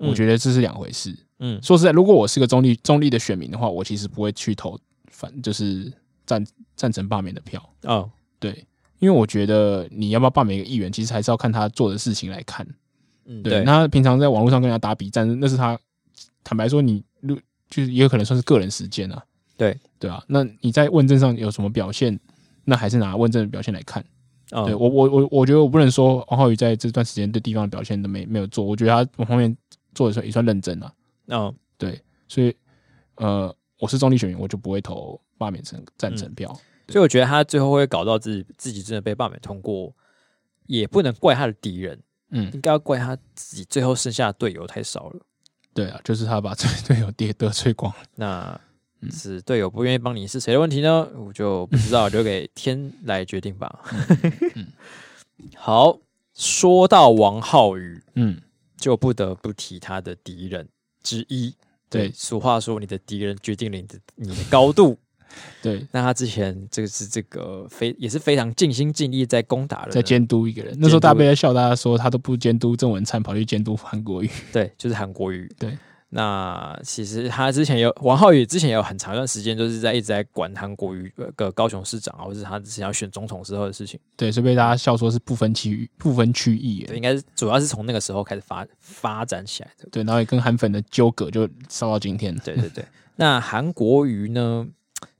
嗯我觉得这是两回事。嗯说实在，如果我是个中立中立的选民的话，我其实不会去投反就是赞赞成罢免的票，哦，对。因为我觉得你要不要罢免一个议员，其实还是要看他做的事情来看。嗯对，对，那他平常在网络上跟人家打比战，那是他坦白说你，如就是也有可能算是个人实践啊。对对啊，那你在问政上有什么表现？那还是拿问政的表现来看。哦对我，我我我觉得我不能说王浩宇在这段时间对地方的表现都没没有啊嗯做，我觉得他某方面做的时候也算认真了、哦所以呃，我是中立选民，我就不会投罢免成赞成票。所以我觉得他最后会搞到自己自己真的被罢免通过，也不能怪他的敌人，嗯，应该要怪他自己最后剩下的队友太少了。对啊，就是他把这队友跌得罪光了。那嗯是队友不愿意帮你是谁的问题呢？我就不知道，留给天来决定 吧。嗯好，说到王浩宇，嗯，就不得不提他的敌人之一。对俗话说，你的敌人决定了你的你的高度。 对，那他之前这个是这个非也是非常尽心尽力在攻打在的，监督一个人。那时候大家被在笑大家说他都不监督郑文灿，跑去监督韩国瑜。对，就是韩国瑜。对，那其实他之前有王浩宇之前有很长一段时间就是在一直在管韩国瑜呃个高雄市长啊，或者是他之前要选总统时候的事情。对，所以被大家笑说是不分区域不分区议员。对，应该是主要是从那个时候开始发发展起来 的。对，然后也跟韩粉的纠葛就烧到今天了。对对对。 那韩国瑜呢？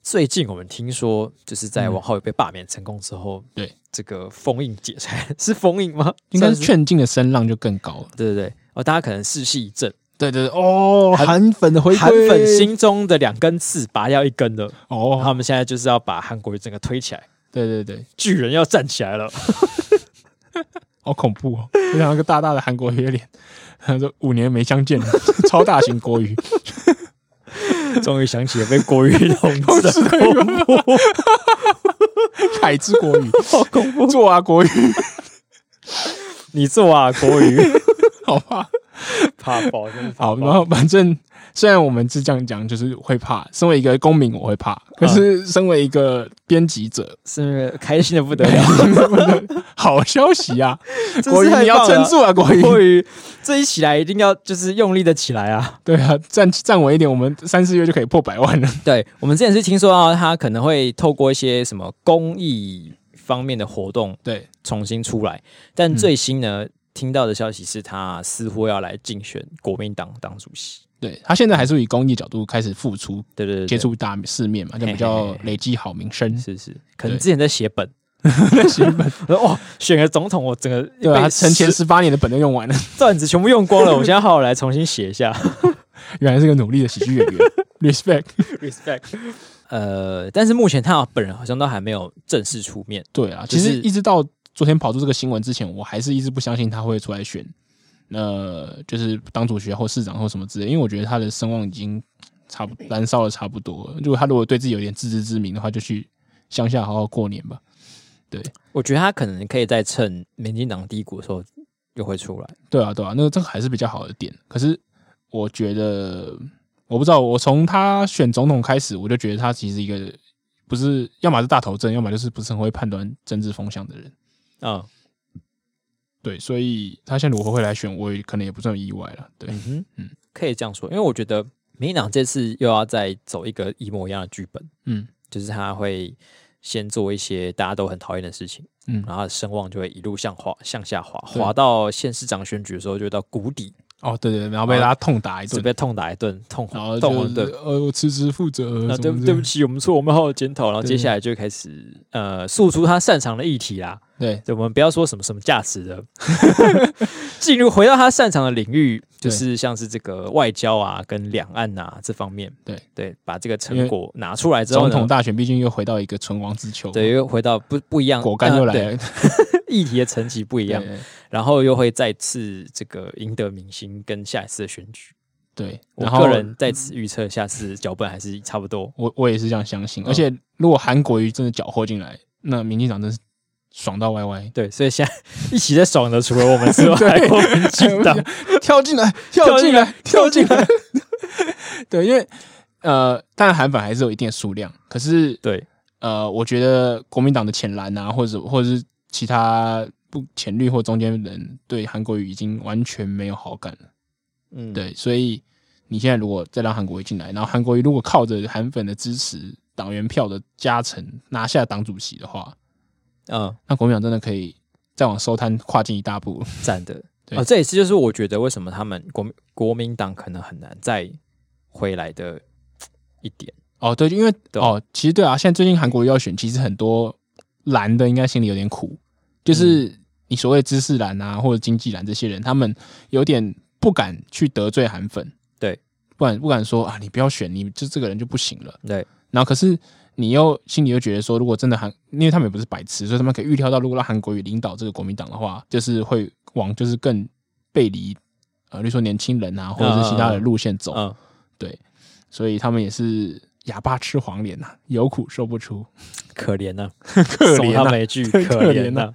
最近我们听说，就是在王浩宇被罢免成功之后，嗯对这个封印解开 是封印吗？应该算是劝进的声浪就更高了。对对对。哦，大家可能士气一振，对对对，哦，韩韩粉的回归，韩粉心中的两根刺拔掉一根了，哦，他们现在就是要把韩国瑜整个推起来，对对对，巨人要站起来了。好恐怖哦！我想到一个大大的韩国瑜的脸，他说五年没相 见了，超大型国语， 终于想起了被国瑜统 治的恐怖，凯之国 语，好恐怖！做啊国语，你做啊，国 瑜，好吧。怕爆，真的怕好，爆然后反正虽然我们是这样讲，就是会怕。身为一个公民，我会嗯怕；可是身为一个编辑 者，是开心的不得 了。好消息啊！真国是语太你要棒了撑住啊，国语。国瑜这一起来一定要就是用力的起来 啊！对啊，站站稳一点，我们三四月就可以破百 万了。对我们之前是听说到他可能会透过一些什么公益方面的活动对，重新出来，但最新呢、听到的消息是他似乎要来竞选国民党党主席。对他现在还是以公益角度开始付出，对对对对，接触大世面嘛，就比嘿较嘿嘿累积好名声。是是，可能对之前在写 本。 写本，哇！选个总统，我整个对啊，被他成前十十八年的本都用完 了，段子全部用光了，我现在好好来重新写一下。原来是个努力的喜剧演 员，respect。 respect。呃，但是目前他本人好像都还没有正式出面。对啊，其就是实一直到昨天跑出这个新闻之前，我还是一直不相信他会出来选，呃，就是当主席或市长或什么之类，因为我觉得他的声望已经差不燃烧的差不多了。如果他如果对自己有点自知之明的话，就去乡下好好过年吧。我觉得他可能可以在趁民进党低谷的时候又会出来。对啊，对啊，那个这个还是比较好的点。可是我觉得，我不知道，我从他选总统开始，我就觉得他其实一个不是，要么是大头症，要么就是不是很会判断政治风向的人。嗯对，所以他现在如果会来选，我也可能也不算意外了。对，嗯哼，嗯可以这样说，因为我觉得民进党这次又要再走一个一模一样的剧本，嗯，就是他会先做一些大家都很讨厌的事情，嗯然后他的声望就会一路向滑向下滑，对滑到县市长选举的时候就到谷底，哦，对对对，然后被大家痛打一只顿，被痛打一顿，痛然后痛就痛是顿。呃，我辞职负责，那什对么不之类对不起，我们错，我们好好检讨。然后接对下来就开始呃，诉出他擅长的议题啦。对对我们不要说什么什么价值的， 进入回到他擅长的领域，就对是像是这个外交啊、跟两岸啊这方面。对对，把这个因成为果拿出来之后总呢统，大选毕竟又回到一个存亡之秋，对，，又回到不不一样，果干又呃来对 了，议题的层级不一 对样，然后又会再次这个赢得民心，跟下一次的选举。对，我然后个人在此预测，下次脚本还是差不多。我我也是这样相信。嗯。而且如果韩国瑜真的搅和进来，那民进党真是爽到歪歪 对，所以现在一起在爽的，除了我 们之外，对还有民进党。 跳进来，跳进来跳进来。对，因为呃，当然韩粉还是有一定的数量，可是对，呃，我觉得国民党的浅蓝啊，或者或者是其他不浅绿或中间人，对韩国瑜已经完全没有好感了。嗯，对，所以你现在如果再让韩国瑜进来，然后韩国瑜如果靠着韩粉的支持、党员票的加成拿下党主席的话，嗯，那国民党真的可以再往收摊跨进一大步。赞的。对啊、这也是就是我觉得为什么他们国民国民党可能很难再回来的一点。哦，对，因为对哦，其实对啊，现在最近韩国瑜要选，其实很多蓝的应该心里有点苦，嗯就是你所谓知识蓝啊或者经济蓝这些人，他们有点不敢去得罪韩粉，对，不敢不敢说啊，你不要选，你就这个人就不行了。对，然后可是你又心里又觉得说，如果真的韩，因为他们也不是白痴，所以他们可以预料到，如果让韩国瑜领导这个国民党的话，就是会往就是更背离呃，例如说年轻人啊，或者是其他的路线走。嗯，对，所以他们也是哑巴吃黄连呐、有苦说不出，可怜呐、 可送怜他啊们一句对可 可怜怜呐、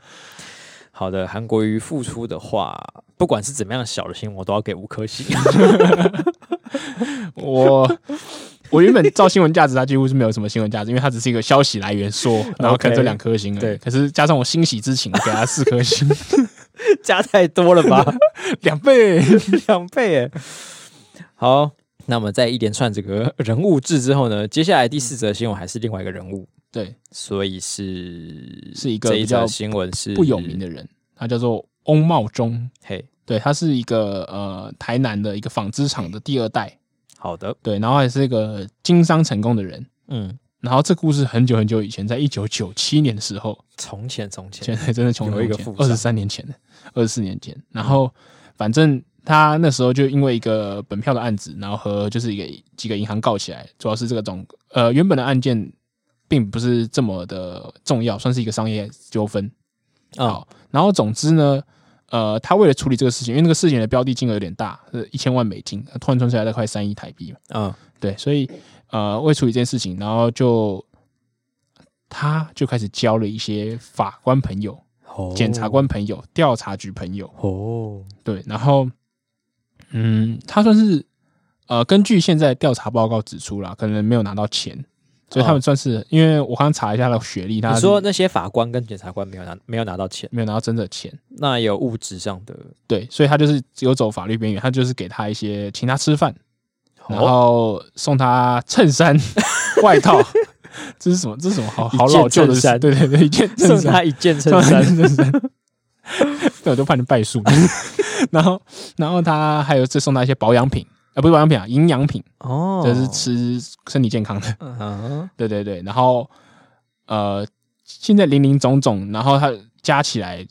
好的，韩国瑜复出的话，不管是怎么样小的新闻，我都要给五颗星。我 我原本照新闻价值，它几乎是没有什么新闻价值，因为它只是一个消息来源 说，然后看这两颗星而已。对可是加上我欣喜之情，我给它四颗 星， 加太多了吧，两倍。 两倍耶。好，那我们在一连串这个人物志之后呢，接下来第四则新闻还是另外一个人物，对，所以是是一个这一比较则新闻是不有名的人，他叫做翁茂忠，嘿，对他是一个呃台南的一个纺织厂的第二代，好的，对，然后也是一个经商成功的人。嗯，然后这故事很久很久以前，在一九九七年的时候，从前从前现在真的穷有一个富二十三年前，二十四年前。然后反正他那时候就因为一个本票的案子，然后和就是一个几个银行告起来，主要是这个总呃原本的案件并不是这么的重要，算是一个商业纠纷。啊好，然后总之呢，呃，他为了处理这个事情，因为那个事情的标的金额有点大，是一千万美金，换算下来大概快三亿台币嘛。嗯，对，所以呃，为处理这件事情，然后就他就开始交了一些法官朋友、哦检察官朋友、调查局朋友，哦，对，然后嗯，他算是呃，根据现在调查报告指出啦，可能没有拿到钱，所以他们算是、因为我刚刚查一下他的学历，他你是说那些法官跟检察官没有拿没有拿到钱，没有拿到真的钱，那有物质上的，对，所以他就是有走法律边缘，他就是给他一些请他吃饭，然哦后送他衬 衫、外套，这是什么？这是什么好好老旧的一件衬衫事？对对对，一件衬送衫，他一 件衬送他衫一，件衬衫。对，我都怕你败 诉。然后，然后他还有再送他一些保养品，啊、不是保养品啊，营养品，哦，就是吃身体健康的。嗯，对对对，然后呃，现在零零总总，然后他加起来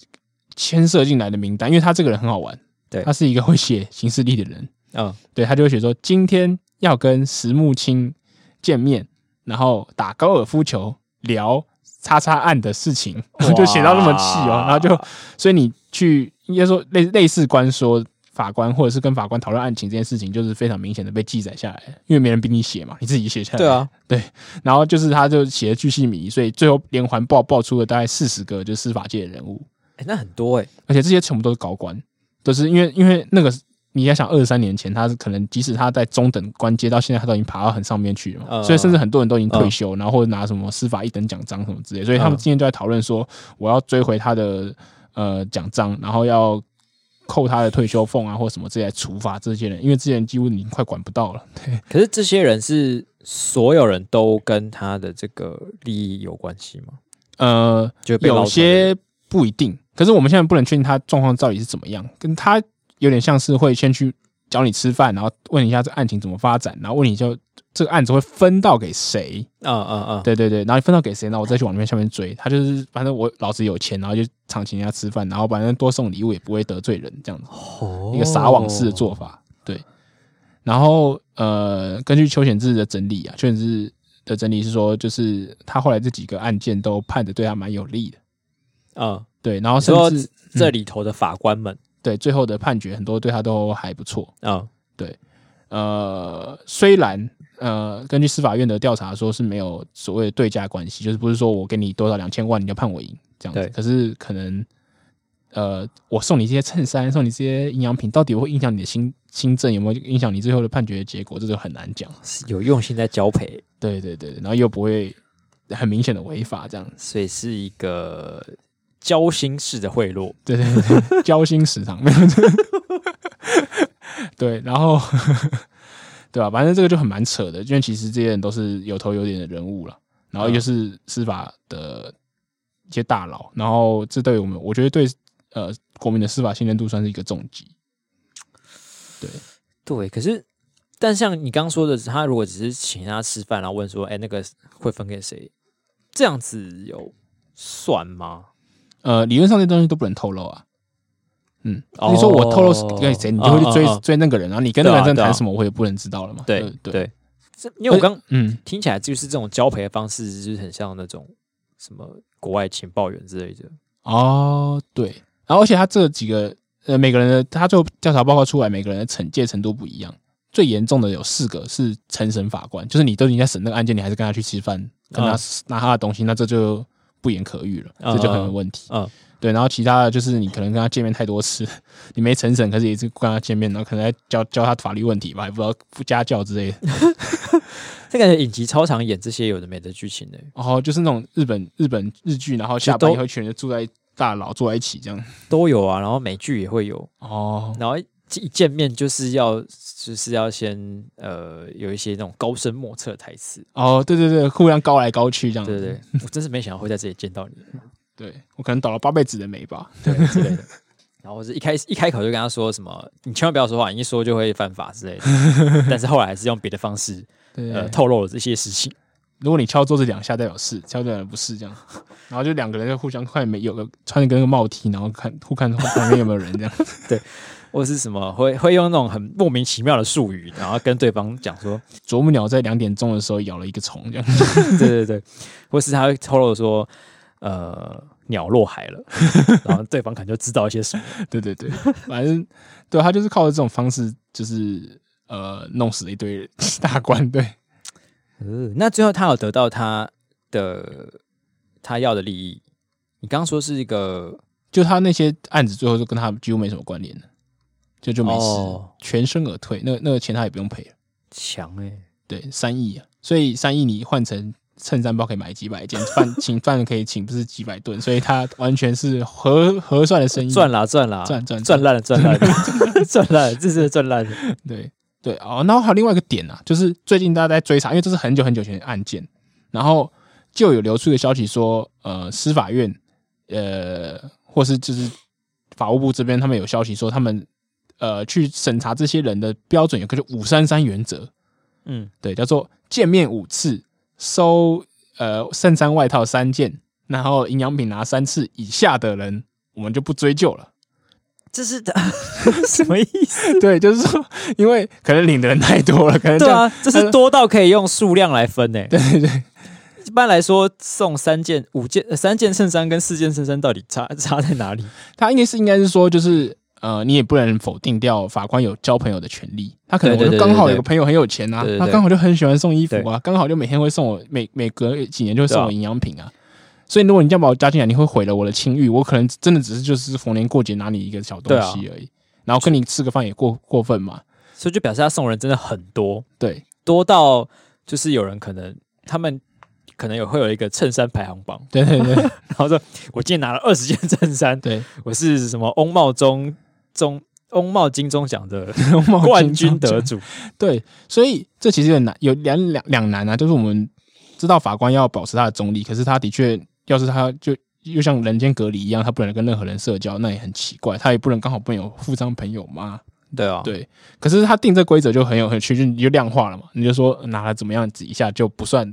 牵涉进来的名单，因为他这个人很好玩，对他是一个会写行事历的人，嗯，对他就会写说今天要跟石木青见面，然后打高尔夫球，聊叉叉案的事情， 就写到那么细哦，哇然后就所以你去应该说类类似官说。法官或者是跟法官讨论案情这件事情，就是非常明显的被记载下来，因为没人逼你写嘛，你自己写下来。对 啊，然后就是他就写的巨细靡遗，所以最后连环爆爆出了大概四十个就是司法界的人物，哎，那很多哎，而且这些全部都是高官，都是因为因为那个你要想二十三年前，他是可能即使他在中等官阶，到现在他都已经爬到很上面去了嘛，嗯所以甚至很多人都已经退休，然后或者拿什么司法一等奖章什么之类，所以他们今天就在讨论说，我要追回他的呃奖章，然后要。扣他的退休俸啊，或什么这些来处罚这些人，因为之前几乎已经快管不到了。可是这些人是所有人都跟他的这个利益有关系吗？呃，就被捞有出来的些不一定，可是我们现在不能确定他状况到底是怎么样，跟他有点像是会先去找你吃饭，然后问你一下这案情怎么发展，然后问你就这个案子会分到给谁，嗯嗯嗯，对对对，然后分到给谁，然后我再去往那边下面追。他就是反正我老子有钱，然后就常请人家吃饭，然后反正多送礼物也不会得罪人，这样子哦一个撒网式的做法，对。然后呃，根据邱显志的整理啊，邱显志的整理是说，就是他后来这几个案件都判的对他蛮有利的。嗯，对，然后你甚说至这里头的法官们，对最后的判决很多对他都还不错。嗯呃，虽然呃，根据司法院的调查说是没有所谓的对价关系，就是不是说我给你多少两千万你就判我赢这样子对，可是可能呃，我送你这些衬衫，送你这些营养品，到底会影响你的心心证有没有影响你最后的判决结果，这就很难讲。是有用心在交配，对对对，对然后又不会很明显的违法这样子。所以是一个交心式的贿赂。对对对对，交心食堂 没有。对，然后 对吧、反正这个就很蛮扯的，因为其实这些人都是有头有脸的人物了，然后嗯又是司法的一些大佬，然后这对我们，我觉得对呃国民的司法信任度算是一个重击。对，可是但像你刚说的，他如果只是请他吃饭，然后问说，哎，那个会分给谁？这样子有算吗？呃，理论上这东西都不能透露啊，嗯，哦你说我透露给谁，你就会去追哦哦哦追那个人，然后你跟那个人在对啊谈什么，我也不能知道了嘛。对嗯对，对，这因为我刚嗯，听起来就是这种交配的方式，就是很像那种什么国外情报员之类的。哦，对，然后而且他这几个呃，每个人的他最后调查报告出来，每个人的惩戒程度不一样。最严重的有四个是成审法官，就是你都已经在审那个案件，你还是跟他去吃饭，跟他、嗯拿他的东西，那这就不言可喻了，嗯这就很有问题。嗯对，然后其他的就是你可能跟他见面太多次， 你没成审，可是也是跟他见面，然后可能在教教他法律问题吧，也不知道家教之 类的。这感觉影集超常演这些有的没的剧情呢、然后就是那种日本日本日剧，然后下就都班以后全人住在大佬坐在一起这样。都有啊。然后美剧也会有，哦，然后一一见面就是要就是要先呃有一些那种高深莫测的台词。哦，对对对，互相高来高去这样子。对对，我真是没想到会在这里见到你，对，我可能倒了八辈子的霉吧。对之类的。然后我是一开始一开口就跟他说什么，你千万不要说话，你一说就会犯法之类的。但是后来还是用别的方式，对呃，透露了这些事情。如果你敲桌子两下，代表是；敲桌子不是这样，然后就两个人就互相看没有个穿着跟个帽 T，然后看互看旁边有没有人 这样。或是什么会会用那种很莫名其妙的术语，然后跟对方讲 说，啄木鸟在两点钟的时候咬了一个虫，这样。 对对对，或是他会透露说，呃，鸟落海 了，然后对方可能就知道一些什么。对对对，反正对他就是靠着这种方式，就是呃弄死了一堆 大官。对，呃那最后他有得到他的他要的利益。你刚刚说是一个就他那些案子最后就跟他几乎没什么关联了，就就没事，哦全身而退。那那个钱他也不用赔了。强哎、对，三亿啊，所以三亿你换成衬衫包可以买几百件，饭请饭可以请不是几百顿，所以它完全是合合算的生意，赚啦嗯赚啦赚赚赚烂了赚烂了 赚烂了，这是赚烂了。对对哦，然后还有另外一个点啊，就是最近大家在追查，因为这是很久很久以前的案件，然后就有流出一个消息说，呃，司法院呃，或是就是法务部这边他们有消息说，他们呃去审查这些人的标准有个叫五三三原则，嗯，对，叫做见面五次，收呃衬衫外套三件，然后营养品拿三次以下的人，我们就不追究了。 这是 什么意思？对，就是说，因为可能领的人太多了，可能这 对样啊，这是多到可以用数量来分 呢、对对对，一般来说，送三件、五件、呃三件衬衫跟四件衬衫到底差 差在哪里？他应该是应该是说就是。呃，你也不能否定掉法官有交朋友的权利。他可能对我对就对刚好有对个朋友很有钱啊对，对他对刚好就很喜欢送衣服啊，刚好就每天会送我，每每隔几年就会送我对啊营养品啊。所以如果你这样把我加进来，你会毁了我的清誉。我可能真的只是就是逢年过节拿你一个小东西啊而已，然后跟你吃个饭也过过分嘛。所以就表示他送人真的很多，对多到就是有人可能他们可能有会有一个衬衫排行榜， 对对对然后说我今天拿了二十件衬衫， 对，我是什么翁茂中中翁茂金钟奖的冒进冠军中奖得主，对，所以这其实很难，有两两两难啊，就是我们知道法官要保持他的中立，可是他的确，要是他就又像人间隔离一样，他不能跟任何人社交，那也很奇怪，他也不能刚好不能有富商朋友嘛。 对啊，对，可是他定这规则就很有很趣，就你就量化了嘛，你就说拿了怎么样子一下就不算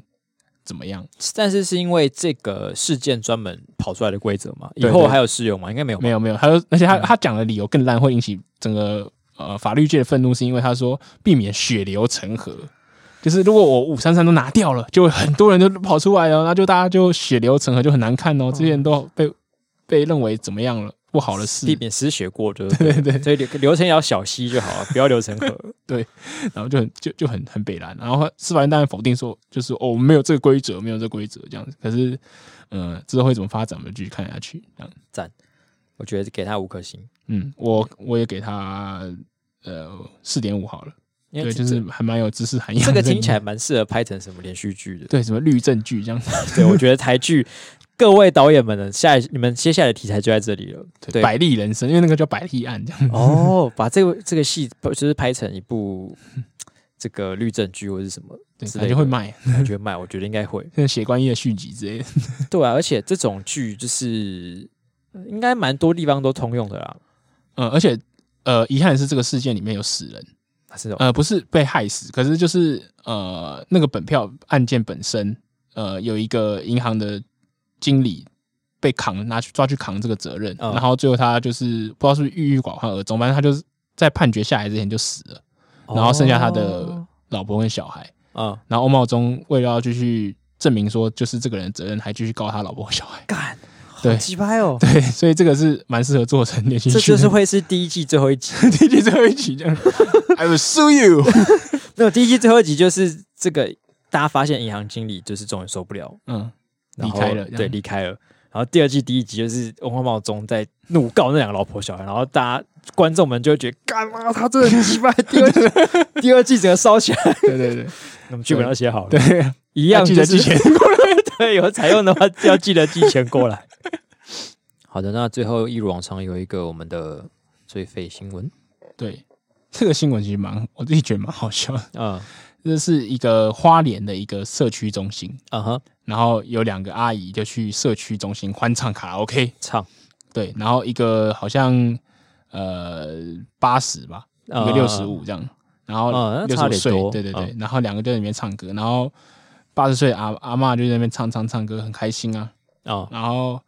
怎么样，但是是因为这个事件专门跑出来的规则嘛，以对后对还有适用吗？应该没有吧，没有没有，他说，而且他嗯他讲的理由更烂，会引起整个呃法律界的愤怒，是因为他说避免血流成河，就是如果我五三三都拿掉了，就会很多人就跑出来了，哦那就大家就血流成河，就很难看哦。这些人都被被认为怎么样了，不好的事避，免失血 过就是对了对对所以流流程也要小溪就好了，不要流成河。 然后就很就就很很北蓝，然后司法院当然否定说，就是哦我们没有这个规则，没有这个规则这样子。可是，嗯、之后会怎么发展，我们就继续看下去。这样，我觉得给他五颗星，嗯，我我也给他呃四点五好了，因为对，这就是还蛮有知识含义这的。这个听起来蛮适合拍成什么连续剧的。对，什么律政剧这样。对，我觉得台剧，各位导演们呢，下一你们接下来的题材就在这里 了。对，百丽人生，因为那个叫百丽案这样。哦，把这个这个戏就是拍成一 部这个律政剧或是什么对，之他类就的，会卖，我觉得卖，我觉得应该会。像血观音的续集之类的。对啊，而且这种剧就是呃应该蛮多地方都通用的啦。嗯，而且呃，遗憾的是这个事件里面有死人，啊是哦，呃，不是被害死，可是就是呃，那个本票案件本身，呃，有一个银行的经理被扛拿去抓去扛这个责任，嗯然后最后他就是不知道是不是郁郁寡欢而终，反正他就是在判决下来之前就死了，然后剩下他的老婆跟小孩。哦，然后欧茂忠为了要继续证明说就是这个人的责任，还继续告他老婆和小孩。对嗯，鸡掰哦，对，所以这个是蛮适合做成连续剧这的，就是会是第一季最后一集。第一集最后一集这样。I will sue you。没有第一季最后一集就是这个，大家发现银行经理就是终于受不了， 嗯，然离后开了，对，，离开了。然后第二季第一集就是翁花茂中在怒告那两个老婆小孩，然后大家观众们就会觉得，干嘛他真的很鸡掰，第二季第二季整个烧起 来，对对对那么剧本要写好了，对，一样要记就得是寄钱 对，有采用的话要记得寄钱过 来。好的，那最后一如往常有一个我们的最废新闻，对。这个新闻其实蛮，我自己觉得蛮好笑的。嗯这是一个花莲的一个社区中心，嗯哼，然后有两个阿姨就去社区中心欢唱卡拉 OK，唱对，然后一个好像呃八十吧，一嗯个六十五这样，然嗯后那六差十得岁多，嗯对对对，然后两个就在里面唱歌，然后八十岁阿阿嬷就在那边唱唱唱歌，很开心啊，哦然后。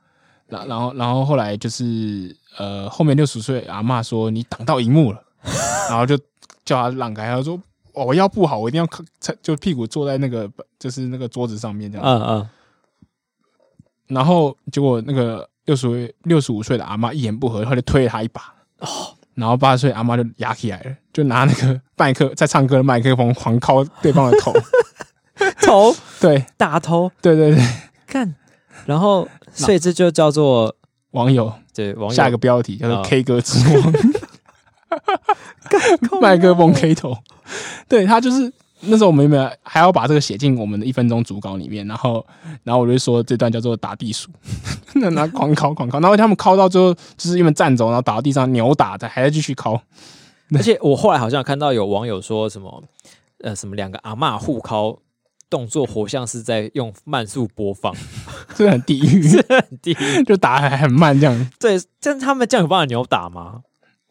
然然后然后后来就是呃，后面六十岁阿嬷说你挡到荧幕 了，然后就叫他让开，他说哦我腰不好，我一定要靠就屁股坐在那个就是那个桌子上面这样，嗯嗯然后结果那个六十六十五岁的阿妈一言不合，他就推了他一把，然后八十岁阿妈就压起来了，就拿那个麦克在唱歌的麦克风狂敲对方的头，头对大头对对对，看，然后所以这就叫做网友对网友下一个标题叫做啊 K 歌之 王，麦克风 K 头，对他就是。那时候我们有没有还要把这个写进我们的一分钟主稿里面？然后，然后我就说这段叫做打地鼠， 那拿狂敲狂敲，然后他们敲到最后就是因为站走，然后打到地上扭打，再还在继续敲。而且我后来好像有看到有网友说什么，呃，什么两个阿嬷互敲动作活像是在用慢速播放，真的很地狱，第一就打得还很慢这样。对，但他们这样有办法扭打吗？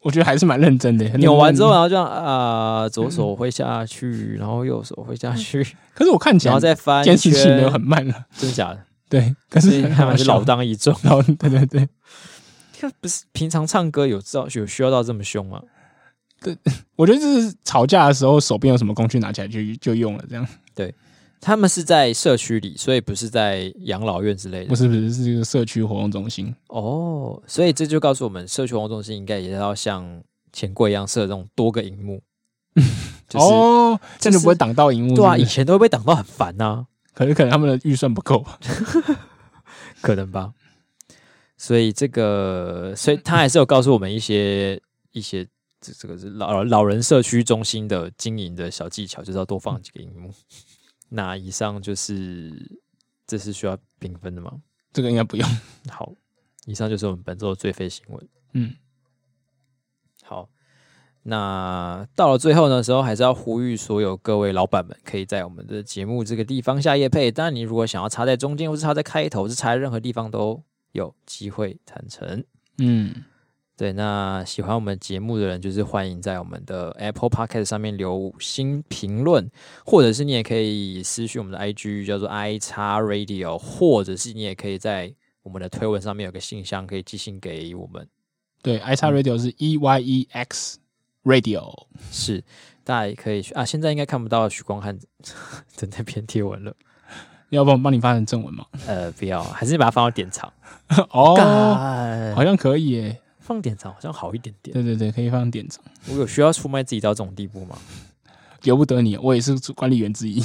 我觉得还是蛮认真的。很扭完之后，认然后这样啊、呃左手挥下去，然后右手挥下去，真，可是我看起然后来再翻一监视器圈，没有很慢了。真的假的，对，可所以是他 们是 老大当益壮。老，对对对，不是平常唱歌有知道有需要到这么凶吗？我觉得这是吵架的时候手边有什么工具拿起来就就用了，这样他们是在社区里，所以不是在养老院之类的不。是不是是一个社区活动中心，哦，所以这就告诉我们，社区活动中心应该也要像钱柜一样设这种多个荧 幕，就是、哦，这就就是不会挡到荧幕，对啊，是以不是前都会被挡到很烦啊呐、可是可能他们的预算不够吧？可能吧。所以这个，所以他还是有告诉我们一些一些这这个是老老人社区中心的经营的小技巧，就是要多放几个荧幕。那以上就是这是需要评分的吗？这个应该不用。好，以上就是我们本周的最废新闻。嗯，好，那到了最后的时候，还是要呼吁所有各位老板们，可以在我们的节目这个地方下夜配。当然，你如果想要插在中间，或是插在开头，或是插在任何地方，都有机会谈成。嗯，对，那喜欢我们节目的人，就是欢迎在我们的 Apple Podcast 上面留五星评论，或者是你也可以私讯我们的 IG 叫做 i x radio，或者是你也可以在我们的推文上面有个信箱，可以寄信给我们。对，i x radio 是 e y e x radio，是，大家也可以去啊。现在应该看不到许光汉 的那篇贴文了。要不然我帮你发成正文嘛？呃，不要，还是把它放到典藏。 哦，哦，好像可以耶。放典藏好像好一点点。对对对，可以放典藏，我有需要出卖自己到这种地步吗？由不得你，我也是管理员之 一。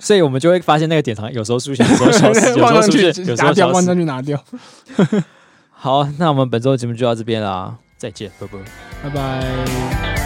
所以我们就会发现那个典藏有时候出现，有时候 消失，有时放候上出去现，有时拿候掉，消放上失。去拿掉。好，那我们本周的节目就到这边啦，再见，拜拜。拜拜。